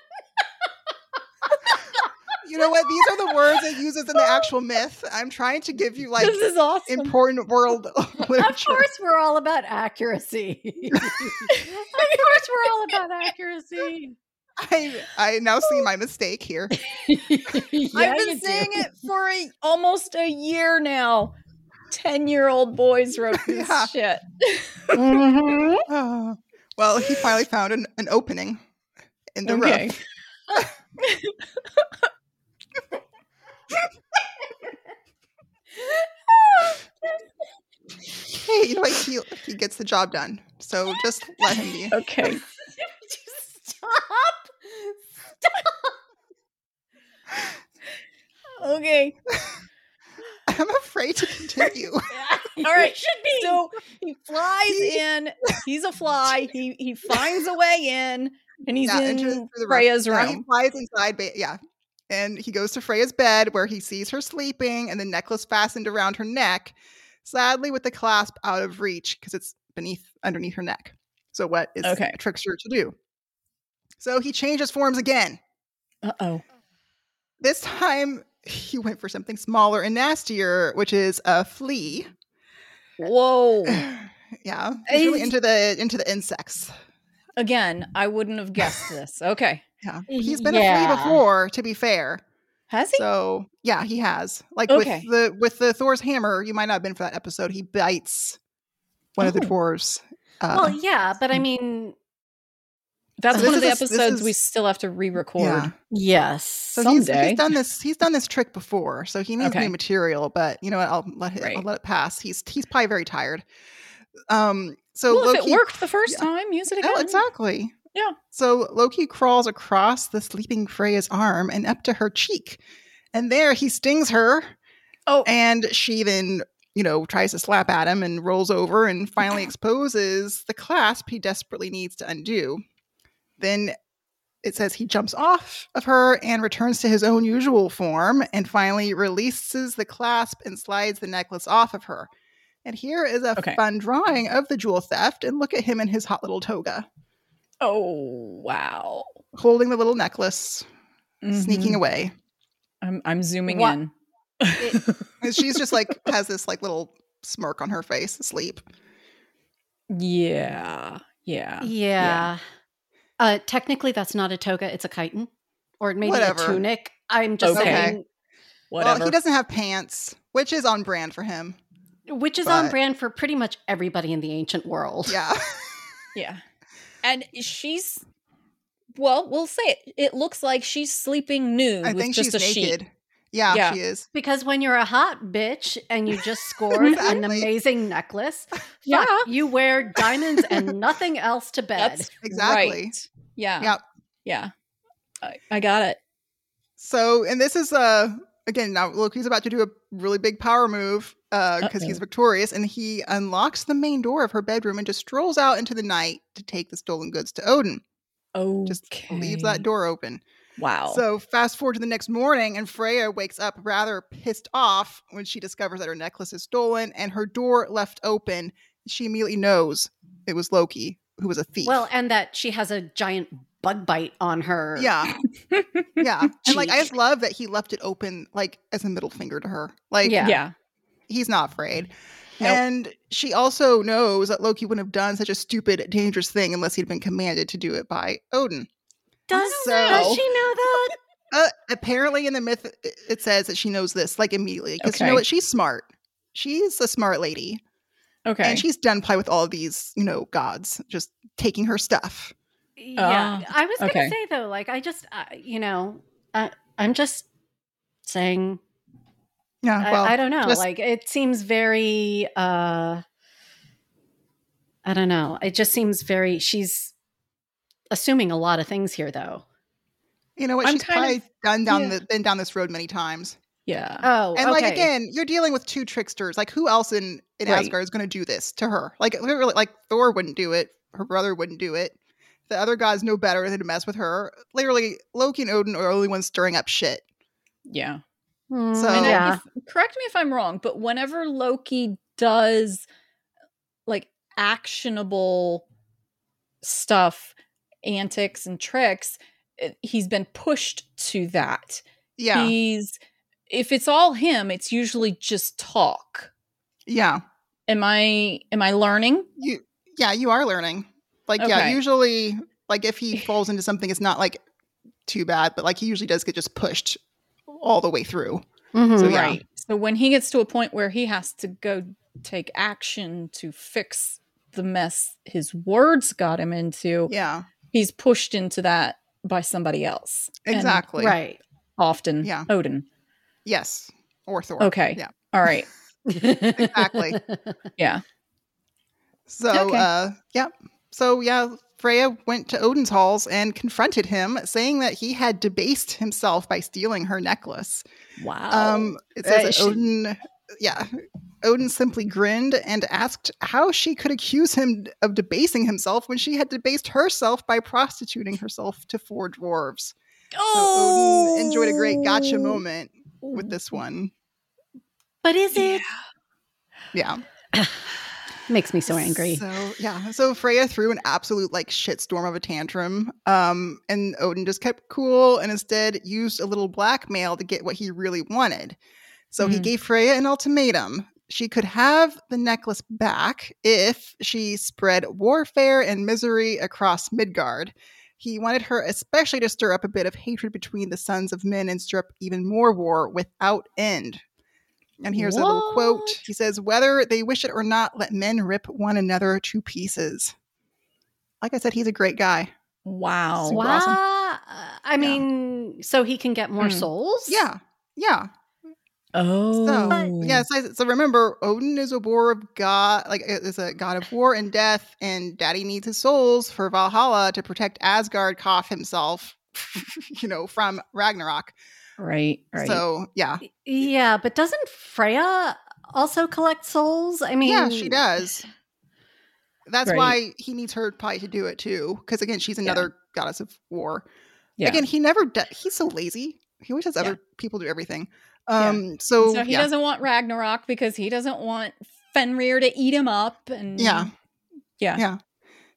B: you know what? These are the words it uses in the actual myth. I'm trying to give you like
C: this is awesome.
B: important world
A: Of
B: literature.
A: course, we're all about accuracy. of course, we're all about accuracy.
B: I, I now see my mistake here.
C: I've been saying it for a, almost a year now. 10 year old boys wrote this
B: Yeah.
C: shit.
B: Ah. well, he finally found an, an opening in the
C: Okay.
B: roof. Hey, you know what? He, he gets the job done. So just let him be.
C: Okay.
A: Just stop.
C: Okay.
B: I'm afraid to continue.
A: All
C: right,
A: should be.
C: So he flies in. He's a fly. He he finds a way in and he's
B: Yeah,
C: in
B: enters through the roof.
C: Freya's
B: Now he
C: room.
B: flies inside, ba- yeah. And he goes to Freya's bed where he sees her sleeping and the necklace fastened around her neck, sadly with the clasp out of reach because it's beneath underneath her neck. So what is
C: Okay.
B: a trickster to do? So he changes forms again.
C: Uh oh.
B: This time he went for something smaller and nastier, which is a flea.
C: Whoa.
B: yeah. He's really
A: Is-
C: Eh,
B: into the into the insects.
C: Again, I wouldn't have guessed this. Okay.
B: Yeah.
C: eh,
B: He's been a flea
A: Yeah.
B: before, to be fair.
C: Has he?
B: So yeah, he has. Like
C: Okay.
B: with the with the Thor's hammer, you might not have been for that episode. He bites one of the
C: Oh.
B: dwarves. Uh,
A: Well, yeah, but I mean,
C: That's
B: so
C: one of
B: this
C: the
B: is a- this
C: episodes we
B: is-
C: still have to re-record.
B: yeah.
A: yes.
B: So he's,
C: Someday.
B: he's done this. He's done this trick before, so he needs
C: Okay.
B: new material. But you know what? I'll let it. I'll
C: Right.
B: let it pass. He's he's probably very tired. Um. So
C: Well, if it
B: Loki-
C: worked the first
B: yeah.
C: time, use it again.
B: Oh, exactly.
C: Yeah.
B: So Loki crawls across the sleeping Freya's arm and up to her cheek, and there he stings her.
C: Oh,
B: And she then, you know, tries to slap at him and rolls over and finally exposes the clasp he desperately needs to undo. Then it says he jumps off of her and returns to his own usual form and finally releases the clasp and slides the necklace off of her. And here is a
C: Okay.
B: fun drawing of the jewel theft. And look at him in his hot little toga,
C: oh wow.
B: holding the little necklace, sneaking
C: Mhm.
B: away.
C: I'm I'm zooming
A: Wha-
C: in.
B: And she's just like, has this like little smirk on her face, asleep.
C: yeah. Yeah.
A: yeah. Uh, technically, that's not a toga; it's a chitin, or maybe
B: Whatever.
A: a tunic. I'm just
C: Okay.
A: saying,
C: Whatever.
B: Well, he doesn't have pants, which is on brand for him.
A: which is
B: But-
A: on brand for pretty much everybody in the ancient world.
B: Yeah.
C: Yeah. And she's well, we'll say it. It looks like she's sleeping nude
B: I
C: with
B: think
C: just
B: she's
C: a sheet.
B: naked. Yeah,
C: Yeah.
B: she is.
A: Because when you're a hot bitch and you just scored an
B: Exactly.
A: amazing necklace,
C: Yeah.
A: yeah, you wear diamonds and nothing else to bed.
C: That's
B: Exactly.
C: right. Yeah.
B: Yep.
C: Yeah. I, I got it.
B: So, and this is uh again now Loki's about to do a really big power move uh because he's
C: Uh-oh.
B: victorious and he unlocks the main door of her bedroom and just strolls out into the night to take the stolen goods to Odin.
C: Oh,
B: Just leaves that door open.
C: Wow.
B: So fast forward to the next morning, and Freya wakes up rather pissed off when she discovers that her necklace is stolen and her door left open. She immediately knows it was Loki who was a thief.
A: Well, and that she has a giant bug bite on her.
B: yeah, yeah, and like I
A: Jeez.
B: just love that he left it open, like as a middle finger to her. Like,
A: Yeah.
C: yeah.
B: he's not afraid.
C: Nope.
B: And she also knows that Loki wouldn't have done such a stupid, dangerous thing unless he'd been commanded to do it by Odin.
A: Does,
B: So-
A: does she know that?
B: Uh, apparently, in the myth, i- it says that she knows this like immediately because you know
C: Okay.
B: what? She's smart. She's a smart lady,
C: Okay.
B: and she's done play with all of these, you know, gods just taking her stuff.
A: Yeah.
C: Ah,
A: I was going to
C: okay.
A: say, though, like, I just, uh, you know, I, I'm just saying,
B: Yeah,
A: I,
B: Uh, well,
A: I don't know.
B: just-
A: like, it seems very, uh I don't know. It just seems very, she's assuming a lot of things here, though.
B: you know what?
C: I'm
B: she's
C: kind
B: probably
C: of-
B: done down
C: yeah.
B: the been down this road many times.
C: yeah.
A: Oh, okay.
B: And like again, you're dealing with two tricksters. Like who else in, in
C: Right.
B: Asgard is going to do this to her? Like really, like Thor wouldn't do it. Her brother wouldn't do it. The other gods know better than to mess with her. Literally, Loki and Odin are the only ones stirring up shit.
C: Yeah.
A: Mm,
B: So-
C: And I-
A: yeah.
C: if- correct me if I'm wrong, but whenever Loki does like actionable stuff, antics and tricks, it- he's been pushed to that.
B: Yeah.
C: He's if it's all him, it's usually just talk.
B: yeah.
C: Am I am I learning?
B: You yeah, you are learning. Like yeah,
C: Okay.
B: usually like if he falls into something it's not like too bad, but like he usually does get just pushed all the way through.
A: Mhm.
B: So, yeah.
C: Right. So when he gets to a point where he has to go take action to fix the mess his words got him into,
B: Yeah.
C: he's pushed into that by somebody else. And
B: Exactly.
A: Right.
C: often.
B: Yeah.
C: Odin.
B: Yes. Or Thor.
C: Okay.
B: Yeah.
C: All right.
A: exactly.
C: Yeah.
B: So
C: Okay.
B: uh yeah. So yeah, Freya went to Odin's halls and confronted him, saying that he had debased himself by stealing her necklace.
C: Wow.
B: Um, it says
A: Uh,
B: that
A: she-
B: Odin, yeah, Odin simply grinned and asked how she could accuse him of debasing himself when she had debased herself by prostituting herself to four dwarves. So Odin enjoyed a great
A: Oh.
B: gotcha moment
C: Oh,
B: with this one.
A: But is it?
B: Yeah.
A: Makes me so angry.
B: So yeah. So Freya threw an absolute like shitstorm of a tantrum. Um, and Odin just kept cool and instead used a little blackmail to get what he really wanted. So he
A: Mm.
C: Mhm.
B: gave Freya an ultimatum. She could have the necklace back if she spread warfare and misery across Midgard. He wanted her especially to stir up a bit of hatred between the sons of men and stir up even more war without end. And here's a little quote.
C: What?
B: He says, Whether they wish it or not, let men rip one another to pieces. Like I said, he's a great guy.
C: wow.
B: Super
A: wow.
B: awesome. Mm-hmm.
A: I mean, so he can get more
C: Mm.
A: souls?
B: Yeah. Yeah.
C: Oh.
B: So yeah, so, so remember, Odin is a war of god, like is a god of war and death, and Daddy needs his souls for Valhalla to protect Asgard, Koth himself, you know, from Ragnarok.
C: Right. Right.
B: So yeah,
A: Yeah, but doesn't Freya also collect souls? I mean,
B: yeah, she does. That's
C: Right.
B: why he needs her probably to do it too, because again, she's another goddess of war.
C: yeah.
B: Again, he never. De- he's so lazy. He always has other people do everything. Um, so,
C: so, he
B: yeah,
C: doesn't want Ragnarok because he doesn't want Fenrir to eat him up. And
B: Yeah.
C: Yeah.
B: Yeah.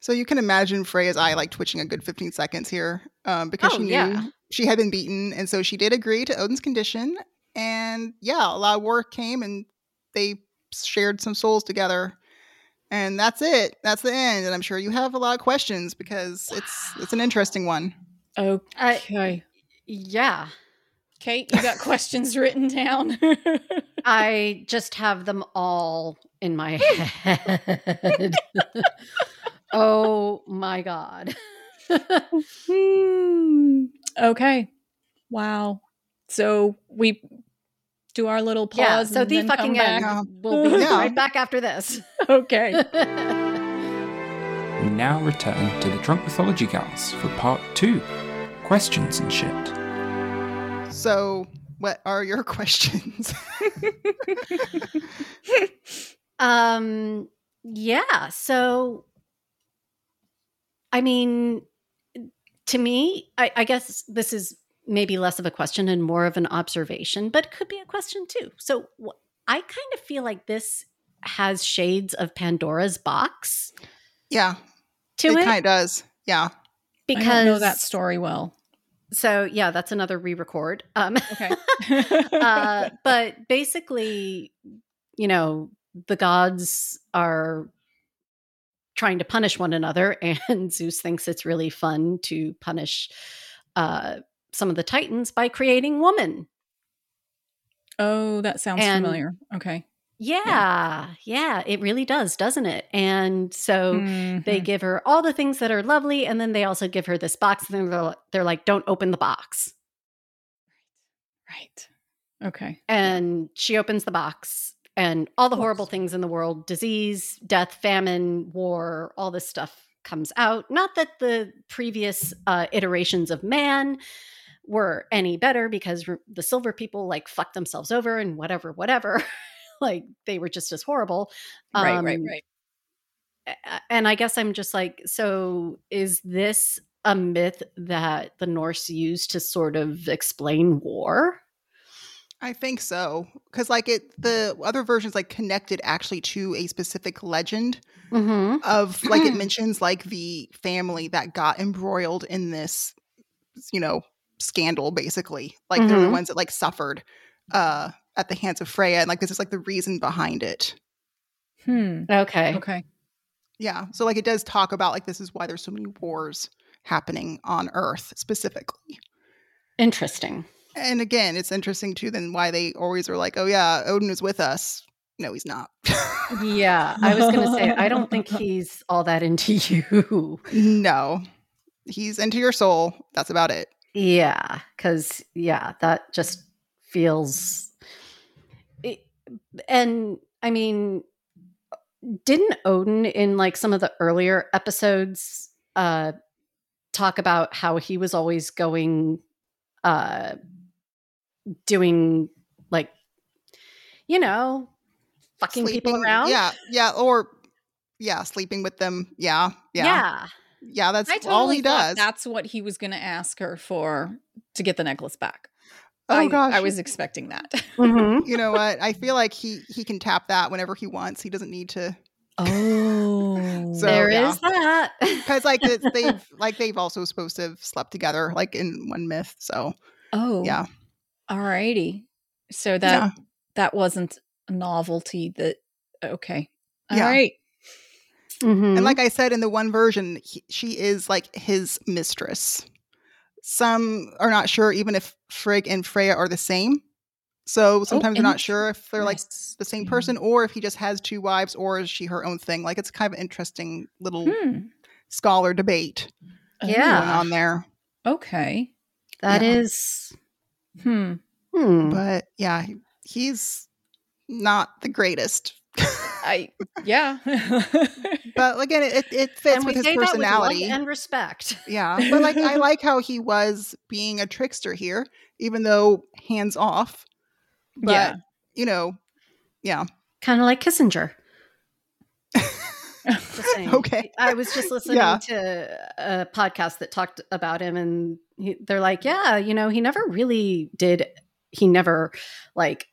B: So you can imagine Freya's eye like twitching a good 15 seconds here um, because
A: Oh,
B: she knew
A: yeah.
B: she had been beaten. And so she did agree to Odin's condition. And yeah, a lot of war came and they shared some souls together. And that's it. That's the end. And I'm sure you have a lot of questions because it's it's an interesting one.
C: Okay.
A: Yeah.
C: Kate, you got questions written down.
A: I just have them all in my head. oh my God.
C: Hmm. Okay. Wow. So we do our little pause.
A: yeah. So
C: and
A: the
C: then come
A: fucking
C: back.
A: end. We'll be
B: Yeah.
A: right back after this.
C: Okay.
D: We now return to the Drunk Mythology Gals for part two questions and shit.
B: So, what are your questions?
A: Um yeah, so I mean to me, I, I guess this is maybe less of a question and more of an observation, but it could be a question too. So wh- I kind of feel like this has shades of Pandora's box
B: yeah,
A: to
B: it
A: it,
B: kind of does. Yeah.
A: because
C: I don't know that story well.
A: so yeah, that's another re-record. Um
C: Okay.
A: uh, but basically, you know, the gods are trying to punish one another, and Zeus thinks it's really fun to punish uh, some of the titans by creating woman.
C: oh, that sounds
A: And-
C: familiar. Okay.
A: Yeah, yeah, it really does, doesn't it? And so. They
C: Mhm.
A: give her all the things that are lovely, and then they also give her this box. And then they're, they're like, "Don't open the box."
C: right. Okay.
A: And she opens the box, and all the
C: Of
A: horrible
C: course.
A: things in the world disease, death, famine, war, all this stuff comes out. Not that the previous uh, iterations of man were any better because r- the silver people like fucked themselves over and whatever, whatever. like they were just as horrible.
C: Right, right,
A: Um,
C: right.
A: and I guess I'm just like, so is this a myth that the Norse used to sort of explain war?
B: I think so. Because, like, it, the other versions, like, connected actually to a specific legend
A: Mm-hmm.
B: of, like, it mentions, like, the family that got embroiled in this, you know, scandal, basically. Like, they're the
A: Mhm.
B: ones that, like, suffered uh, at the hands of Freya. And, like, this is, like, the reason behind it.
C: Hmm.
A: Okay.
C: Okay.
B: Yeah. So, like, it does talk about, like, this is why there's so many wars happening on Earth specifically.
A: Interesting.
B: And again, it's interesting too. Then why they always are like, "Oh yeah, Odin is with us." No, he's not.
A: Mm-hmm. Yeah. I was going to say, I don't think he's all that into you.
B: no, he's into your soul. That's about it.
A: Yeah, because yeah, that just feels. It, and I mean, didn't Odin in like some of the earlier episodes uh, talk about how he was always going, uh, doing like, you know, fucking people around?
B: Yeah, yeah, or yeah, sleeping with them. Yeah, yeah, yeah.
A: yeah.
B: that's
C: I totally
B: all he
C: thought
B: does.
C: That's what he was going to ask her for to get the necklace back.
B: oh
C: I,
B: gosh,
C: I was expecting that.
A: Mhm.
B: You know what? I feel like he he can tap that whenever he wants. He doesn't need to
C: Oh.
B: So-
A: There is
B: yeah.
A: that.
B: because like it's, they've like they've also supposed to have slept together like in one myth. So
C: oh.
B: yeah,
C: Alrighty. So that that wasn't a novelty that okay. All
B: Yeah.
C: right.
A: Mhm.
C: mm-hmm.
B: And like I said in the one version, he, she is like his mistress. Some are not sure even if Frigg and Freya are the same. So sometimes they're not
C: Oh,
B: sure if they're like the same person or if he just has two wives or is she her own thing. Like it's kind of an interesting little
C: Hmm.
B: scholar debate
A: Yeah.
B: going on there.
C: Okay.
A: That
B: yeah.
A: is-
C: Hmm.
A: hmm.
B: But yeah, he- he's not the greatest.
C: I yeah.
B: but again, it, it fits with his personality.
A: and respect.
B: Yeah, but like I like how he was being a trickster here, even though hands off. But
C: yeah.
B: you know, yeah,
A: Kind of like Kissinger. Just saying.
B: okay,
A: I was just listening
B: Yeah.
A: to a podcast that talked about him, and he, they're like, yeah, you know, he never really did, he never like,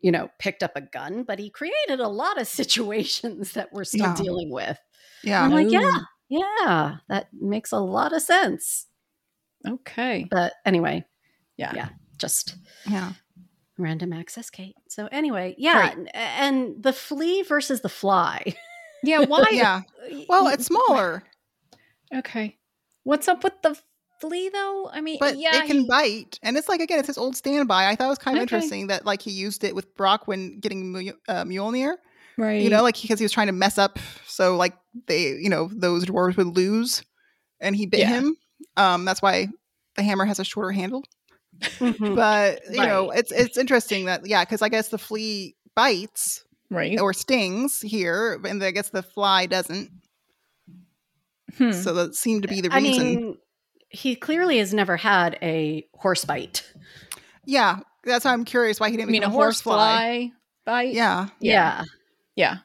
A: you know, picked up a gun, but he created a lot of situations that we're still
B: Yeah.
A: dealing with.
B: yeah,
A: I'm like, yeah,
C: Ooh.
A: yeah, that makes a lot of sense.
C: Okay.
A: But anyway,
C: Yeah.
A: yeah, just
B: yeah,
A: random access Kate. So anyway, yeah,
B: Right.
A: n- and the flea versus the fly.
C: Yeah, why?
B: yeah. Well, it's smaller,
C: Okay. What's up with the flea though? I mean,
B: but
C: yeah,
B: it can
C: he-
B: bite, and it's like again, it's his old standby. I thought it was kind of
C: Okay.
B: interesting that like he used it with Brock when getting Mjol- uh, Mjolnir.
C: right.
B: You know, like because he was trying to mess up, so like they, you know, those dwarves would lose, and he bit
C: Yeah.
B: him. Um, that's why the hammer has a shorter handle.
C: Mm,
B: Mm-hmm. but you know
A: Right.
B: it's it's interesting that yeah because i guess the flea bites
C: right.
B: or stings here and i guess the fly doesn't
C: Hmm.
B: so that seemed to be the
A: I
B: reason
A: mean, he clearly has never had a horse bite.
B: yeah that's why i'm curious why he
C: I
B: didn't
C: mean, a
B: become
C: horse
B: horsefly.
C: fly bite.
B: yeah
A: Yeah,
C: Yeah.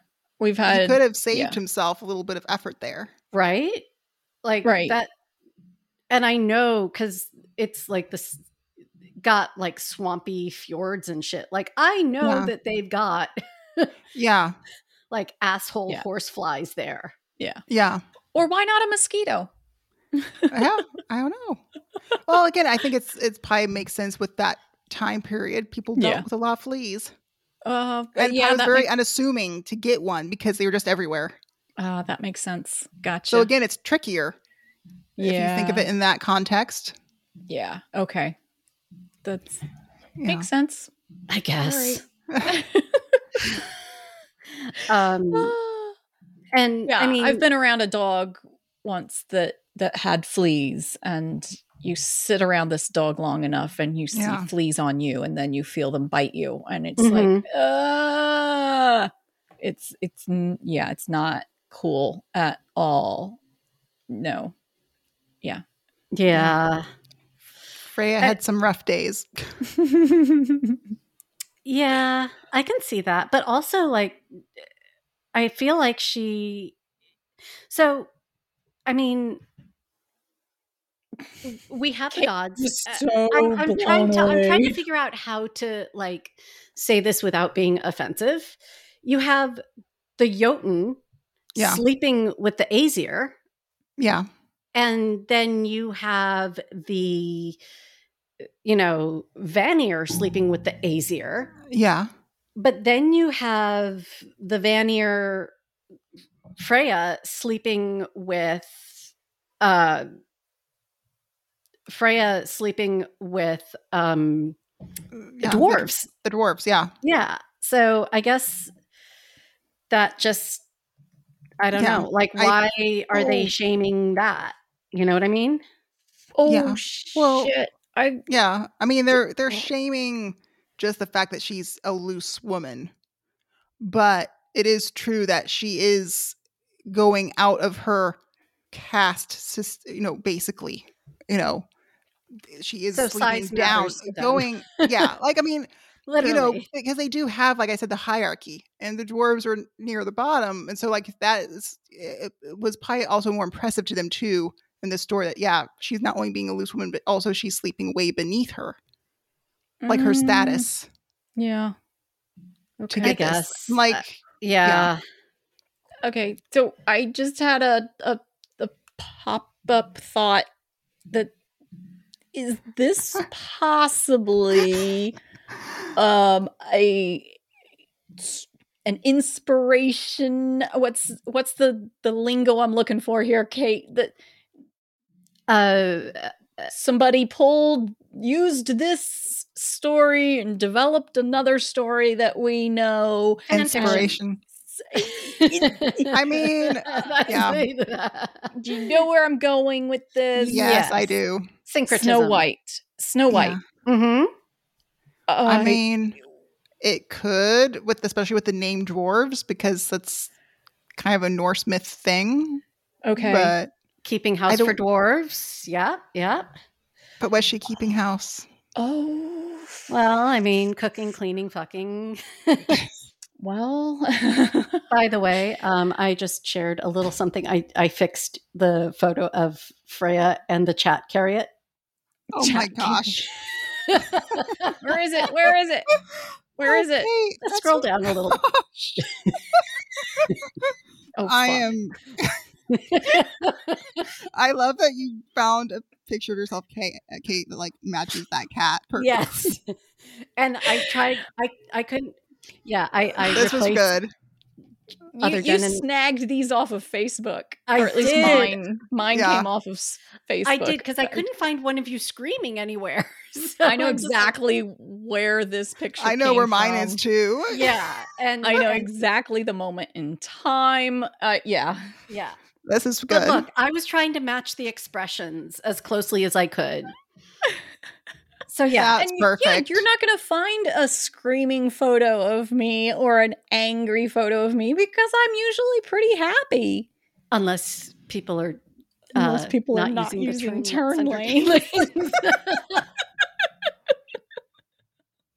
C: We've
B: he
C: had
B: could have saved
C: yeah.
B: himself a little bit of effort there
A: right. Like
C: Right.
A: that. And I know because it's like this got like swampy fjords and shit. Like I know
B: Yeah.
A: that they've got
B: yeah
A: like asshole
C: Yeah.
A: horse flies there.
B: yeah
C: or why not a mosquito?
B: yeah i don't know well again i think it's it's probably makes sense with that time period people dealt
C: Yeah.
B: with a lot of fleas
C: Uh,
B: and
C: yeah,
B: i was
C: that
B: very
C: makes,
B: unassuming to get one because they were just everywhere
C: uh, that makes sense. Gotcha.
B: so again it's trickier
C: yeah.
B: if you think of it in that context.
C: Yeah. Okay. That's
B: Yeah.
C: makes sense.
A: I guess.
C: Right.
A: Um,
B: Ah.
A: and
C: yeah.
A: I mean,
C: I've been around a dog once that that had fleas and you sit around this dog long enough and you see
B: Yeah. Mm-hmm.
C: fleas on you and then you feel them bite you and it's like
A: Mhm.
C: uh it's it's n- yeah it's not cool at all no
A: yeah.
B: Freya had some rough days.
A: Yeah, I can see that. But also, like, I feel like she So, I mean, we have the
E: I'm
A: gods. Uh,
E: so
A: I'm,
E: blown
A: I'm trying to I'm trying to
E: away.
A: figure out how to like say this without being offensive. You have the Jotun
B: Yeah.
A: sleeping with the Aesir,
B: Yeah.
A: and then you have the you know Vanir sleeping with the Aesir,
B: Yeah.
A: but then you have the Vanir Freya sleeping with uh Freya sleeping with um
B: Yeah, the-
A: dwarves.
B: The, dwarves, yeah.
A: Yeah. So I guess that just I don't
B: Yeah.
A: know. Like
B: I-
A: why are they
C: Oh.
A: shaming that? You know what I mean?
C: Oh
B: Yeah. Well-
C: shit! I
B: Yeah. I mean they're
A: eh
B: they're shaming just the fact that she's a loose woman. But it is true that she is going out of her caste sys- you know, basically, you know, she is
A: So
B: sleeping
A: size
B: down,
A: matters to them.
B: going, yeah. Like I mean,
A: Literally.
B: you know because they do have like i said the hierarchy and the dwarves are near the bottom and so like that is it, it was probably also more impressive to them too in this story that yeah she's not only being a loose woman but also she's sleeping way beneath her like her
C: Mm,
B: status
C: Yeah.
B: to
C: Okay.
B: get
A: I
B: this.
A: guess.
B: And, like
A: Uh, yeah.
C: okay. So I just had a a, a pop up thought that is this possibly um a an inspiration what's what's the the lingo i'm looking for here kate that
A: Uh
C: somebody pulled used this story and developed another story that we know
B: inspiration i mean
A: That's
B: yeah.
A: it.
C: do you know where i'm going with
B: yes,
C: this
B: i do
A: Syncretism.
C: snow white snow
B: Yeah.
C: white
A: Mm-hmm.
B: i
C: Uh,
B: mean it could with especially with the name dwarves because that's kind of a norse myth thing
C: okay
B: but
A: Keeping house for
B: don't-
A: dwarves. Yeah. Yeah.
B: but was she keeping house
C: oh
A: Well, I mean, cooking, cleaning, fucking.
C: well
A: By the way, um, I just shared a little something. I, I fixed the photo of Freya and the chat carriot.
B: oh my gosh
C: where is it where is it where is it
B: Okay,
A: Let's
B: that's
A: scroll down a little.
C: oh
B: I
C: fuck.
B: am. I love that you found a picture of yourself, Kate, uh, Kate that like matches that cat. perfectly.
A: yes. And I tried. I I couldn't. Yeah. I I
B: this was
A: replaced-
B: good.
C: You,
A: other
C: you
A: than in-
C: snagged these off of Facebook,
A: I
C: or at least
A: did.
C: mine. Mine
B: Yeah.
C: came off of s- Facebook.
A: I did because I
C: couldn't.
A: couldn't find one of you screaming anywhere. So
C: I know
A: I'm just like-
C: exactly where this picture.
B: I know
C: came
B: where mine is
C: from.
B: too.
A: yeah, and
C: I know
A: and-
C: exactly the moment in time. Uh, yeah,
A: Yeah,
B: This is
A: but
B: good.
A: look, I was trying to match the expressions as closely as I could. So yeah,
B: That's
C: And
B: perfect.
C: Yeah, you're not going to find a screaming photo of me or an angry photo of me because I'm usually pretty happy.
A: unless people are
C: Most
A: uh,
C: people are not
A: the
C: using,
A: turn
C: turn
A: lanes
C: lanes.
A: under-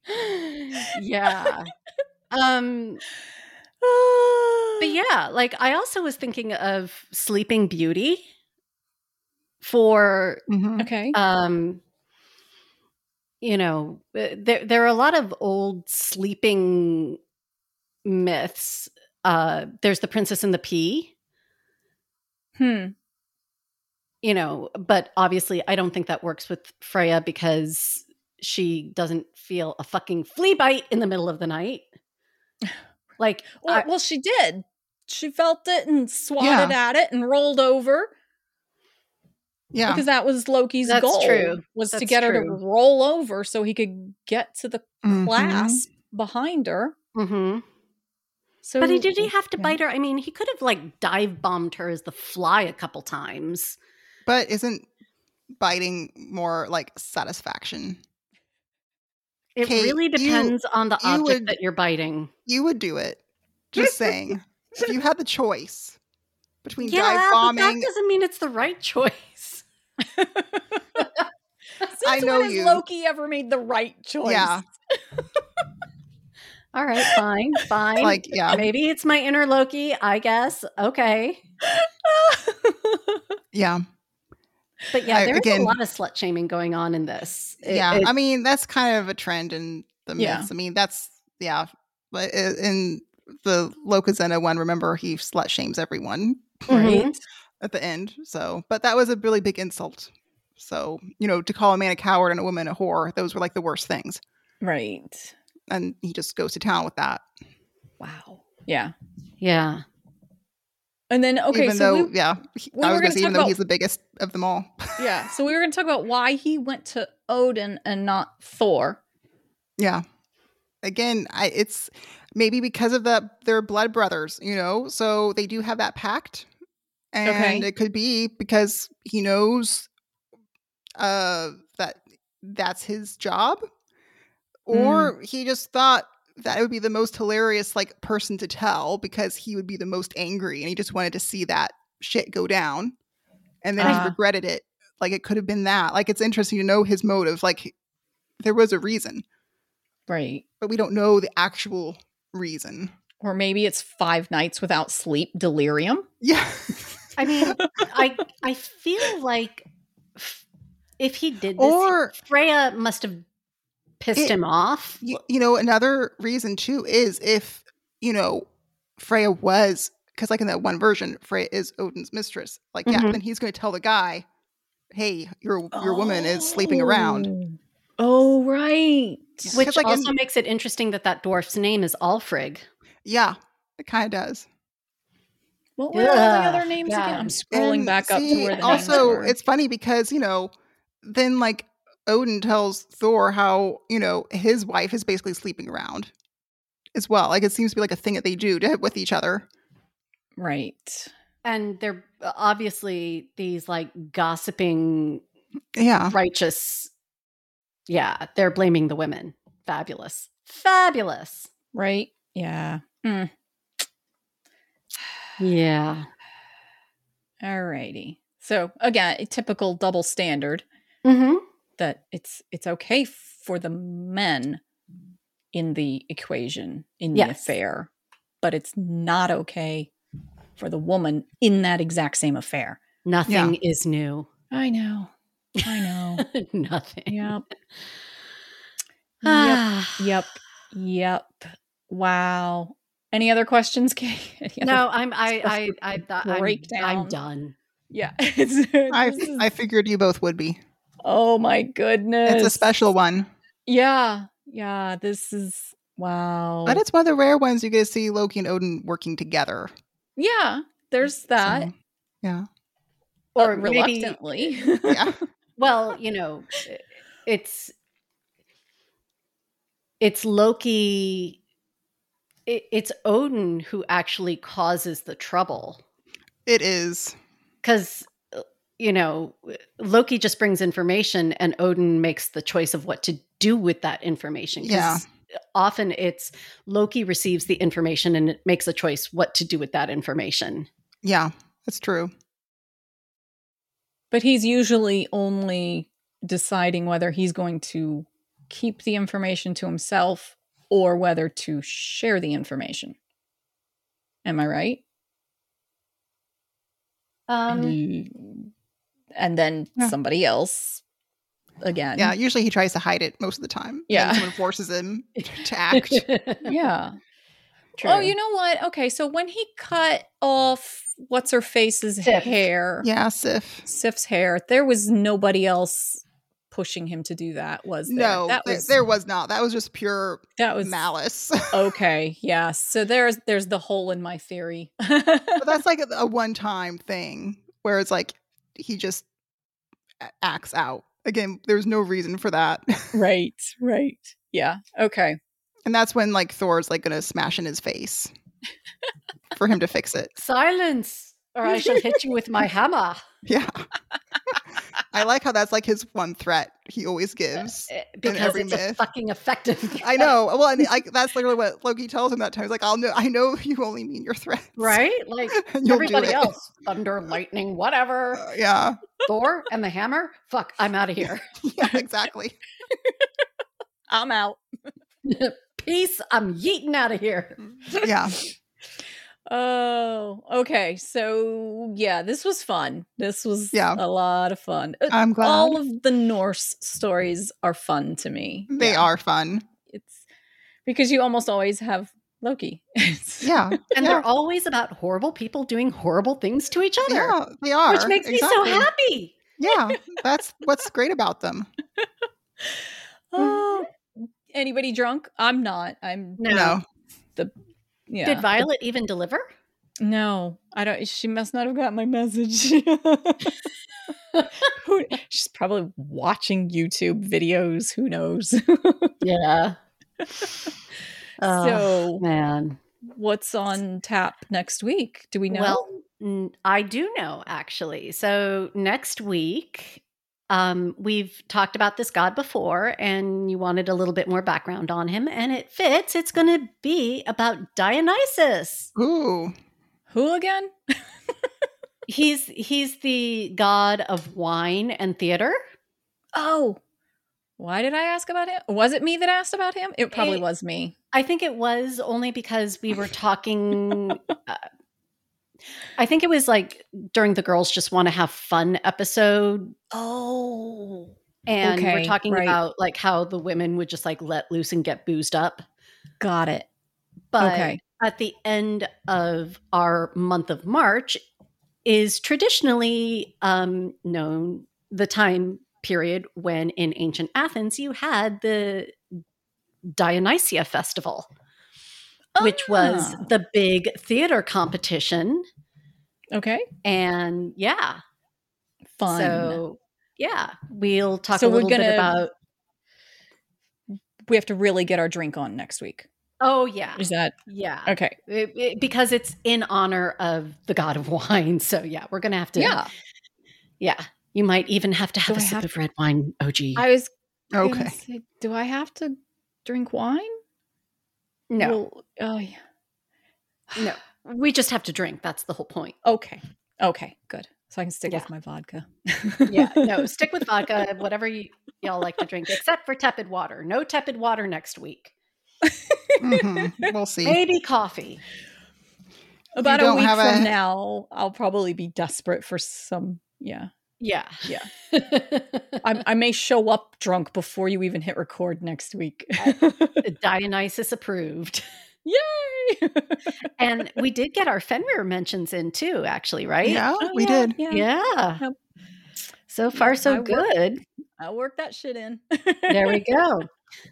A: yeah. Um. But yeah, like I also was thinking of Sleeping Beauty for
B: Mhm.
C: Okay.
A: um you know uh, there there are a lot of old sleeping myths uh there's the princess and the pea
C: hmm.
A: you know but obviously i don't think that works with freya because she doesn't feel a fucking flea bite in the middle of the night like
C: Well,
A: I-
C: well, she did. She felt it and swatted at it and rolled over
B: Yeah.
C: because that was Loki's
A: That's
C: goal.
A: true.
C: Was to
A: That's
C: get her to
A: true. Mm-hmm.
C: roll over so he could get to the
B: Mhm.
C: clasp behind her.
A: mhm.
C: So,
A: but he did he have to
C: yeah.
A: bite her i mean he could have like dive bombed her as the fly a couple times
B: But isn't biting more like satisfaction?
A: it
B: Kate,
A: really
B: you-
A: depends on the
B: you
A: object
B: would-
A: that you're biting
B: You would do it. Just saying. if you had the choice between dive
A: but
B: bombing,
A: that doesn't mean it's the right choice.
C: Since
B: I know
C: when has
B: you.
C: Loki ever made the right choice?
B: Yeah.
A: All right, fine, fine.
B: Like, yeah,
A: Maybe it's my inner Loki, I guess. Okay.
B: yeah,
A: But yeah,
B: I-
A: there's a
B: again-
A: lot of slut shaming going on in this. It-
B: yeah.
A: it-
B: I mean, that's kind of a trend in the
C: Yeah.
B: myths. I mean, that's yeah. But i- in the Locazena one, remember he slut shames everyone
A: mhm.
B: at the end. So, but that was a really big insult. So, you know, to call a man a coward and a woman a whore, those were like the worst things.
C: Right.
B: And he just goes to town with that.
C: Wow. Yeah.
A: Yeah.
C: And then okay,
B: even
C: so
B: though,
C: we,
B: yeah,
C: we
B: I was going
C: were gonna
B: to say,
C: talk
B: even though
C: about-
B: he's the biggest of them all.
C: yeah, so we were going to talk about why he went to Odin and not Thor.
B: Yeah. Again, I, it's maybe because of the they're blood brothers, you know, so they do have that pact, and
C: Okay.
B: it could be because he knows uh, that that's his job, or he just thought that it would be the most hilarious like person to tell because he would be the most angry, and he just wanted to see that shit go down, and then
C: Ah.
B: he regretted it. Like it could have been that. Like it's interesting to know his motive. Like there was a reason
C: Right.
B: but we don't know the actual reason.
C: Or maybe it's 5 nights without sleep delirium.
B: Yeah.
A: I mean, I I feel like f- if he did this,
B: Or-
A: Freya must have pissed
B: It-
A: him off.
B: you, you know, another reason too is if, you know, Freya was, because like in that one version, Freya is Odin's mistress. Like, yeah,
C: Mm-hmm.
A: Mhm.
B: then he's going to tell the guy, hey, your, your woman is sleeping around.
C: Oh, right.
A: Which
B: 'Cause, like, in-
A: also makes it interesting that that dwarf's name is Alfrig.
B: Yeah, it kind of does.
C: What were all the
A: Ugh,
C: other names
A: yeah.
C: again? I'm scrolling
B: And
C: back up to
B: see,
C: where the names
B: also
C: were.
B: it's funny because you know then like Odin tells Thor how you know his wife is basically sleeping around as well. Like it seems to be like a thing that they do to, with each other.
C: right.
A: And they're uh, obviously these like gossiping,
B: Yeah,
A: righteous. Yeah, they're blaming the women. Fabulous. Fabulous.
C: Right. Yeah. Hmm.
A: Yeah.
C: All righty. So again, a typical double standard
A: Mm-hmm.
C: that it's it's okay for the men in the equation in the
A: Yes.
C: affair, but it's not okay for the woman in that exact same affair.
A: Nothing is new.
C: I know. I know.
A: Nothing.
C: yep. Yep.
A: Ah.
C: Yep. Yep. Wow. Any other questions, Kate? Any other-
A: No, I'm I I I, I I'm- I'm
C: Breakdown.
A: done.
C: Yeah. It's-
B: I
C: this is-
B: I figured you both would be.
C: oh my goodness.
B: It's a special one,
C: Yeah. Yeah. This is wow.
B: but it's one of the rare ones you get to see Loki and Odin working together.
C: yeah. There's that.
B: So, yeah,
A: Or
C: Uh,
A: maybe-
C: reluctantly.
B: yeah,
A: Well, you know, eh, it's it's Loki. It, it's Odin who actually causes the trouble
B: it is.
A: because you know Loki just brings information and Odin makes the choice of what to do with that information. 'Cause
B: Yeah.
A: Often it's Loki receives the information and it makes a choice what to do with that information.
B: Yeah, that's true.
C: but he's usually only deciding whether he's going to keep the information to himself or whether to share the information. Am I right?
A: Um,
C: Mm. and then
B: Yeah.
C: somebody else again.
B: Yeah, usually he tries to hide it most of the time. and
C: Yeah.
B: someone forces him to act.
C: Yeah.
A: True.
C: Oh, you know what? Okay, so when he cut off what's her face's
A: Sif.
C: hair,
B: yeah, Sif.
C: Sif's hair, there was nobody else pushing him to do that, was there?
B: No,
C: that
B: there,
C: was
B: there was not. That was just pure
C: that was
B: malice.
C: Okay, yeah. So there's there's the hole in my theory.
B: but that's like a, a one-time thing where it's like he just a- acts out. Again, there's no reason for that,
C: right, right. Yeah. Okay.
B: and that's when like Thor's like gonna smash in his face for him to fix it.
A: Silence, or I shall hit you with my hammer.
B: Yeah, I like how that's like his one threat he always gives.
A: Eh, Because
B: every
A: it's a
B: myth.
A: fucking effective.
B: I know. Well, and like that's literally what Loki tells him that time. He's like, "I'll know. I know you only mean your threats,
A: Right? Like
B: And you'll do
A: everybody
B: it."
A: else. Thunder, lightning, whatever.
B: Uh, yeah,
A: Thor and the hammer. Fuck, I'm out of here.
B: yeah, exactly.
C: I'm out.
A: peace. I'm yeeting out of here.
B: yeah.
C: Oh, okay. So yeah, this was fun. This was
B: Yeah.
C: a lot of fun. Uh,
B: I'm glad.
C: All of the Norse stories are fun to me.
B: They
C: Yeah.
B: are fun.
C: It's because you almost always have Loki. It's-
B: Yeah.
A: And
B: yeah.
A: they're always about horrible people doing horrible things to each other,
B: Yeah, they are.
A: which makes me
B: Exactly.
A: so happy.
B: yeah. That's what's great about them.
C: Oh, anybody drunk? I'm not. I'm
A: No.
B: No.
C: yeah.
A: Did Violet even deliver?
C: No, I don't. She must not have got my message. Who- She's probably watching YouTube videos. Who knows?
A: Yeah. oh,
C: so,
A: man.
C: what's on tap next week? Do we know?
A: Well, n- I do know actually. So next week, um, we've talked about this god before, and you wanted a little bit more background on him, and it fits. It's going to be about Dionysus.
B: Ooh.
C: Who again?
A: He's he's the god of wine and theater.
C: Oh, why did I ask about him? Was it me that asked about him? It probably
A: It-
C: was me.
A: I think it was only because we were talking. uh, I think it was like during the girls just want to have fun episode
C: Oh,
A: and we're
C: Okay,
A: talking
C: right.
A: about like how the women would just like let loose and get boozed up
C: got it.
A: but
C: okay.
A: at the end of our month of march is traditionally um, known the time period when in ancient athens you had the dionysia festival which was
C: Ah,
A: the big theater competition
C: okay.
A: and yeah
C: Fun.
A: so yeah we'll talk
C: So
A: a
C: we're
A: little bit
C: gonna-
A: about
C: we have to really get our drink on next week.
A: oh yeah
C: Is that
A: yeah
C: okay?
A: It- it- because it's in honor of the god of wine. So yeah, we're gonna have to.
C: Yeah.
A: yeah. You might even have to have
C: Do
A: a
C: I
A: sip
C: have-
A: of red wine, OG.
C: I was gonna
B: Okay.
C: say, do I have to drink wine?
A: no,
C: Well, oh yeah.
A: no, we just have to drink. That's the whole point.
C: Okay. Okay. Good. So I can stick
A: Yeah.
C: with my vodka.
A: Yeah, no, stick with vodka, whatever you, y'all like to drink, except for tepid water. No tepid water next week.
B: Mhm. We'll see.
A: Maybe coffee.
C: About a
B: don't
C: week
B: have
C: from
B: a-
C: now, I'll probably be desperate for some. Yeah.
A: Yeah,
C: Yeah.
A: yeah.
C: I, I may show up drunk before you even hit record next week.
A: Dionysus approved,
C: Yay!
A: and we did get our Fenrir mentions in too. Actually, right?
B: Yeah,
C: Oh,
B: we
C: yeah,
B: did.
C: Yeah.
A: Yeah.
C: Yep.
A: So far,
C: I
A: so
C: work-
A: good.
C: I'll work that shit in.
A: there we go.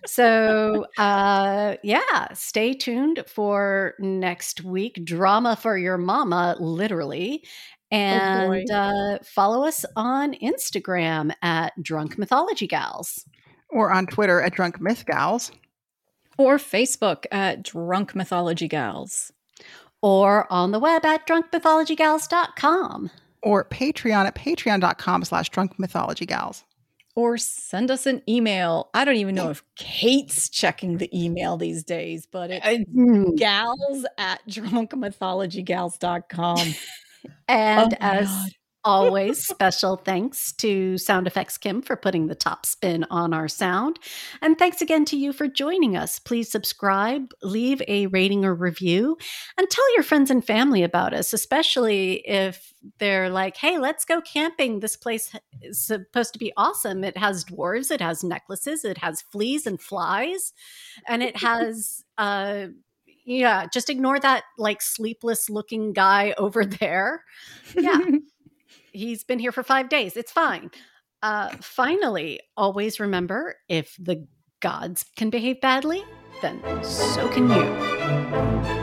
A: So, uh, yeah, stay tuned for next week. Drama for your mama, literally. And uh, follow us on Instagram at Drunk Mythology Gals.
B: Or on Twitter at Drunk Myth Gals.
C: or Facebook at Drunk Mythology Gals.
A: Or on the web at drunkmythologygals.com.
B: Or Patreon at patreon.com slash drunk mythology gals.
C: Or send us an email. I don't even know if Kate's checking the email these days, but it's Hmm. gals at drunkmythologygals.com.
A: And
C: Oh my
A: as
C: God.
A: always, special thanks to Sound Effects Kim for putting the top spin on our sound. And thanks again to you for joining us. Please subscribe, leave a rating or review, and tell your friends and family about us, especially if they're like, hey, let's go camping. This place is supposed to be awesome. It has dwarves, it has necklaces, it has fleas and flies, and it has, uh, yeah, just ignore that like sleepless looking guy over there Yeah. he's been here for five days. It's fine. Uh, finally, always remember if the gods can behave badly, then so can you.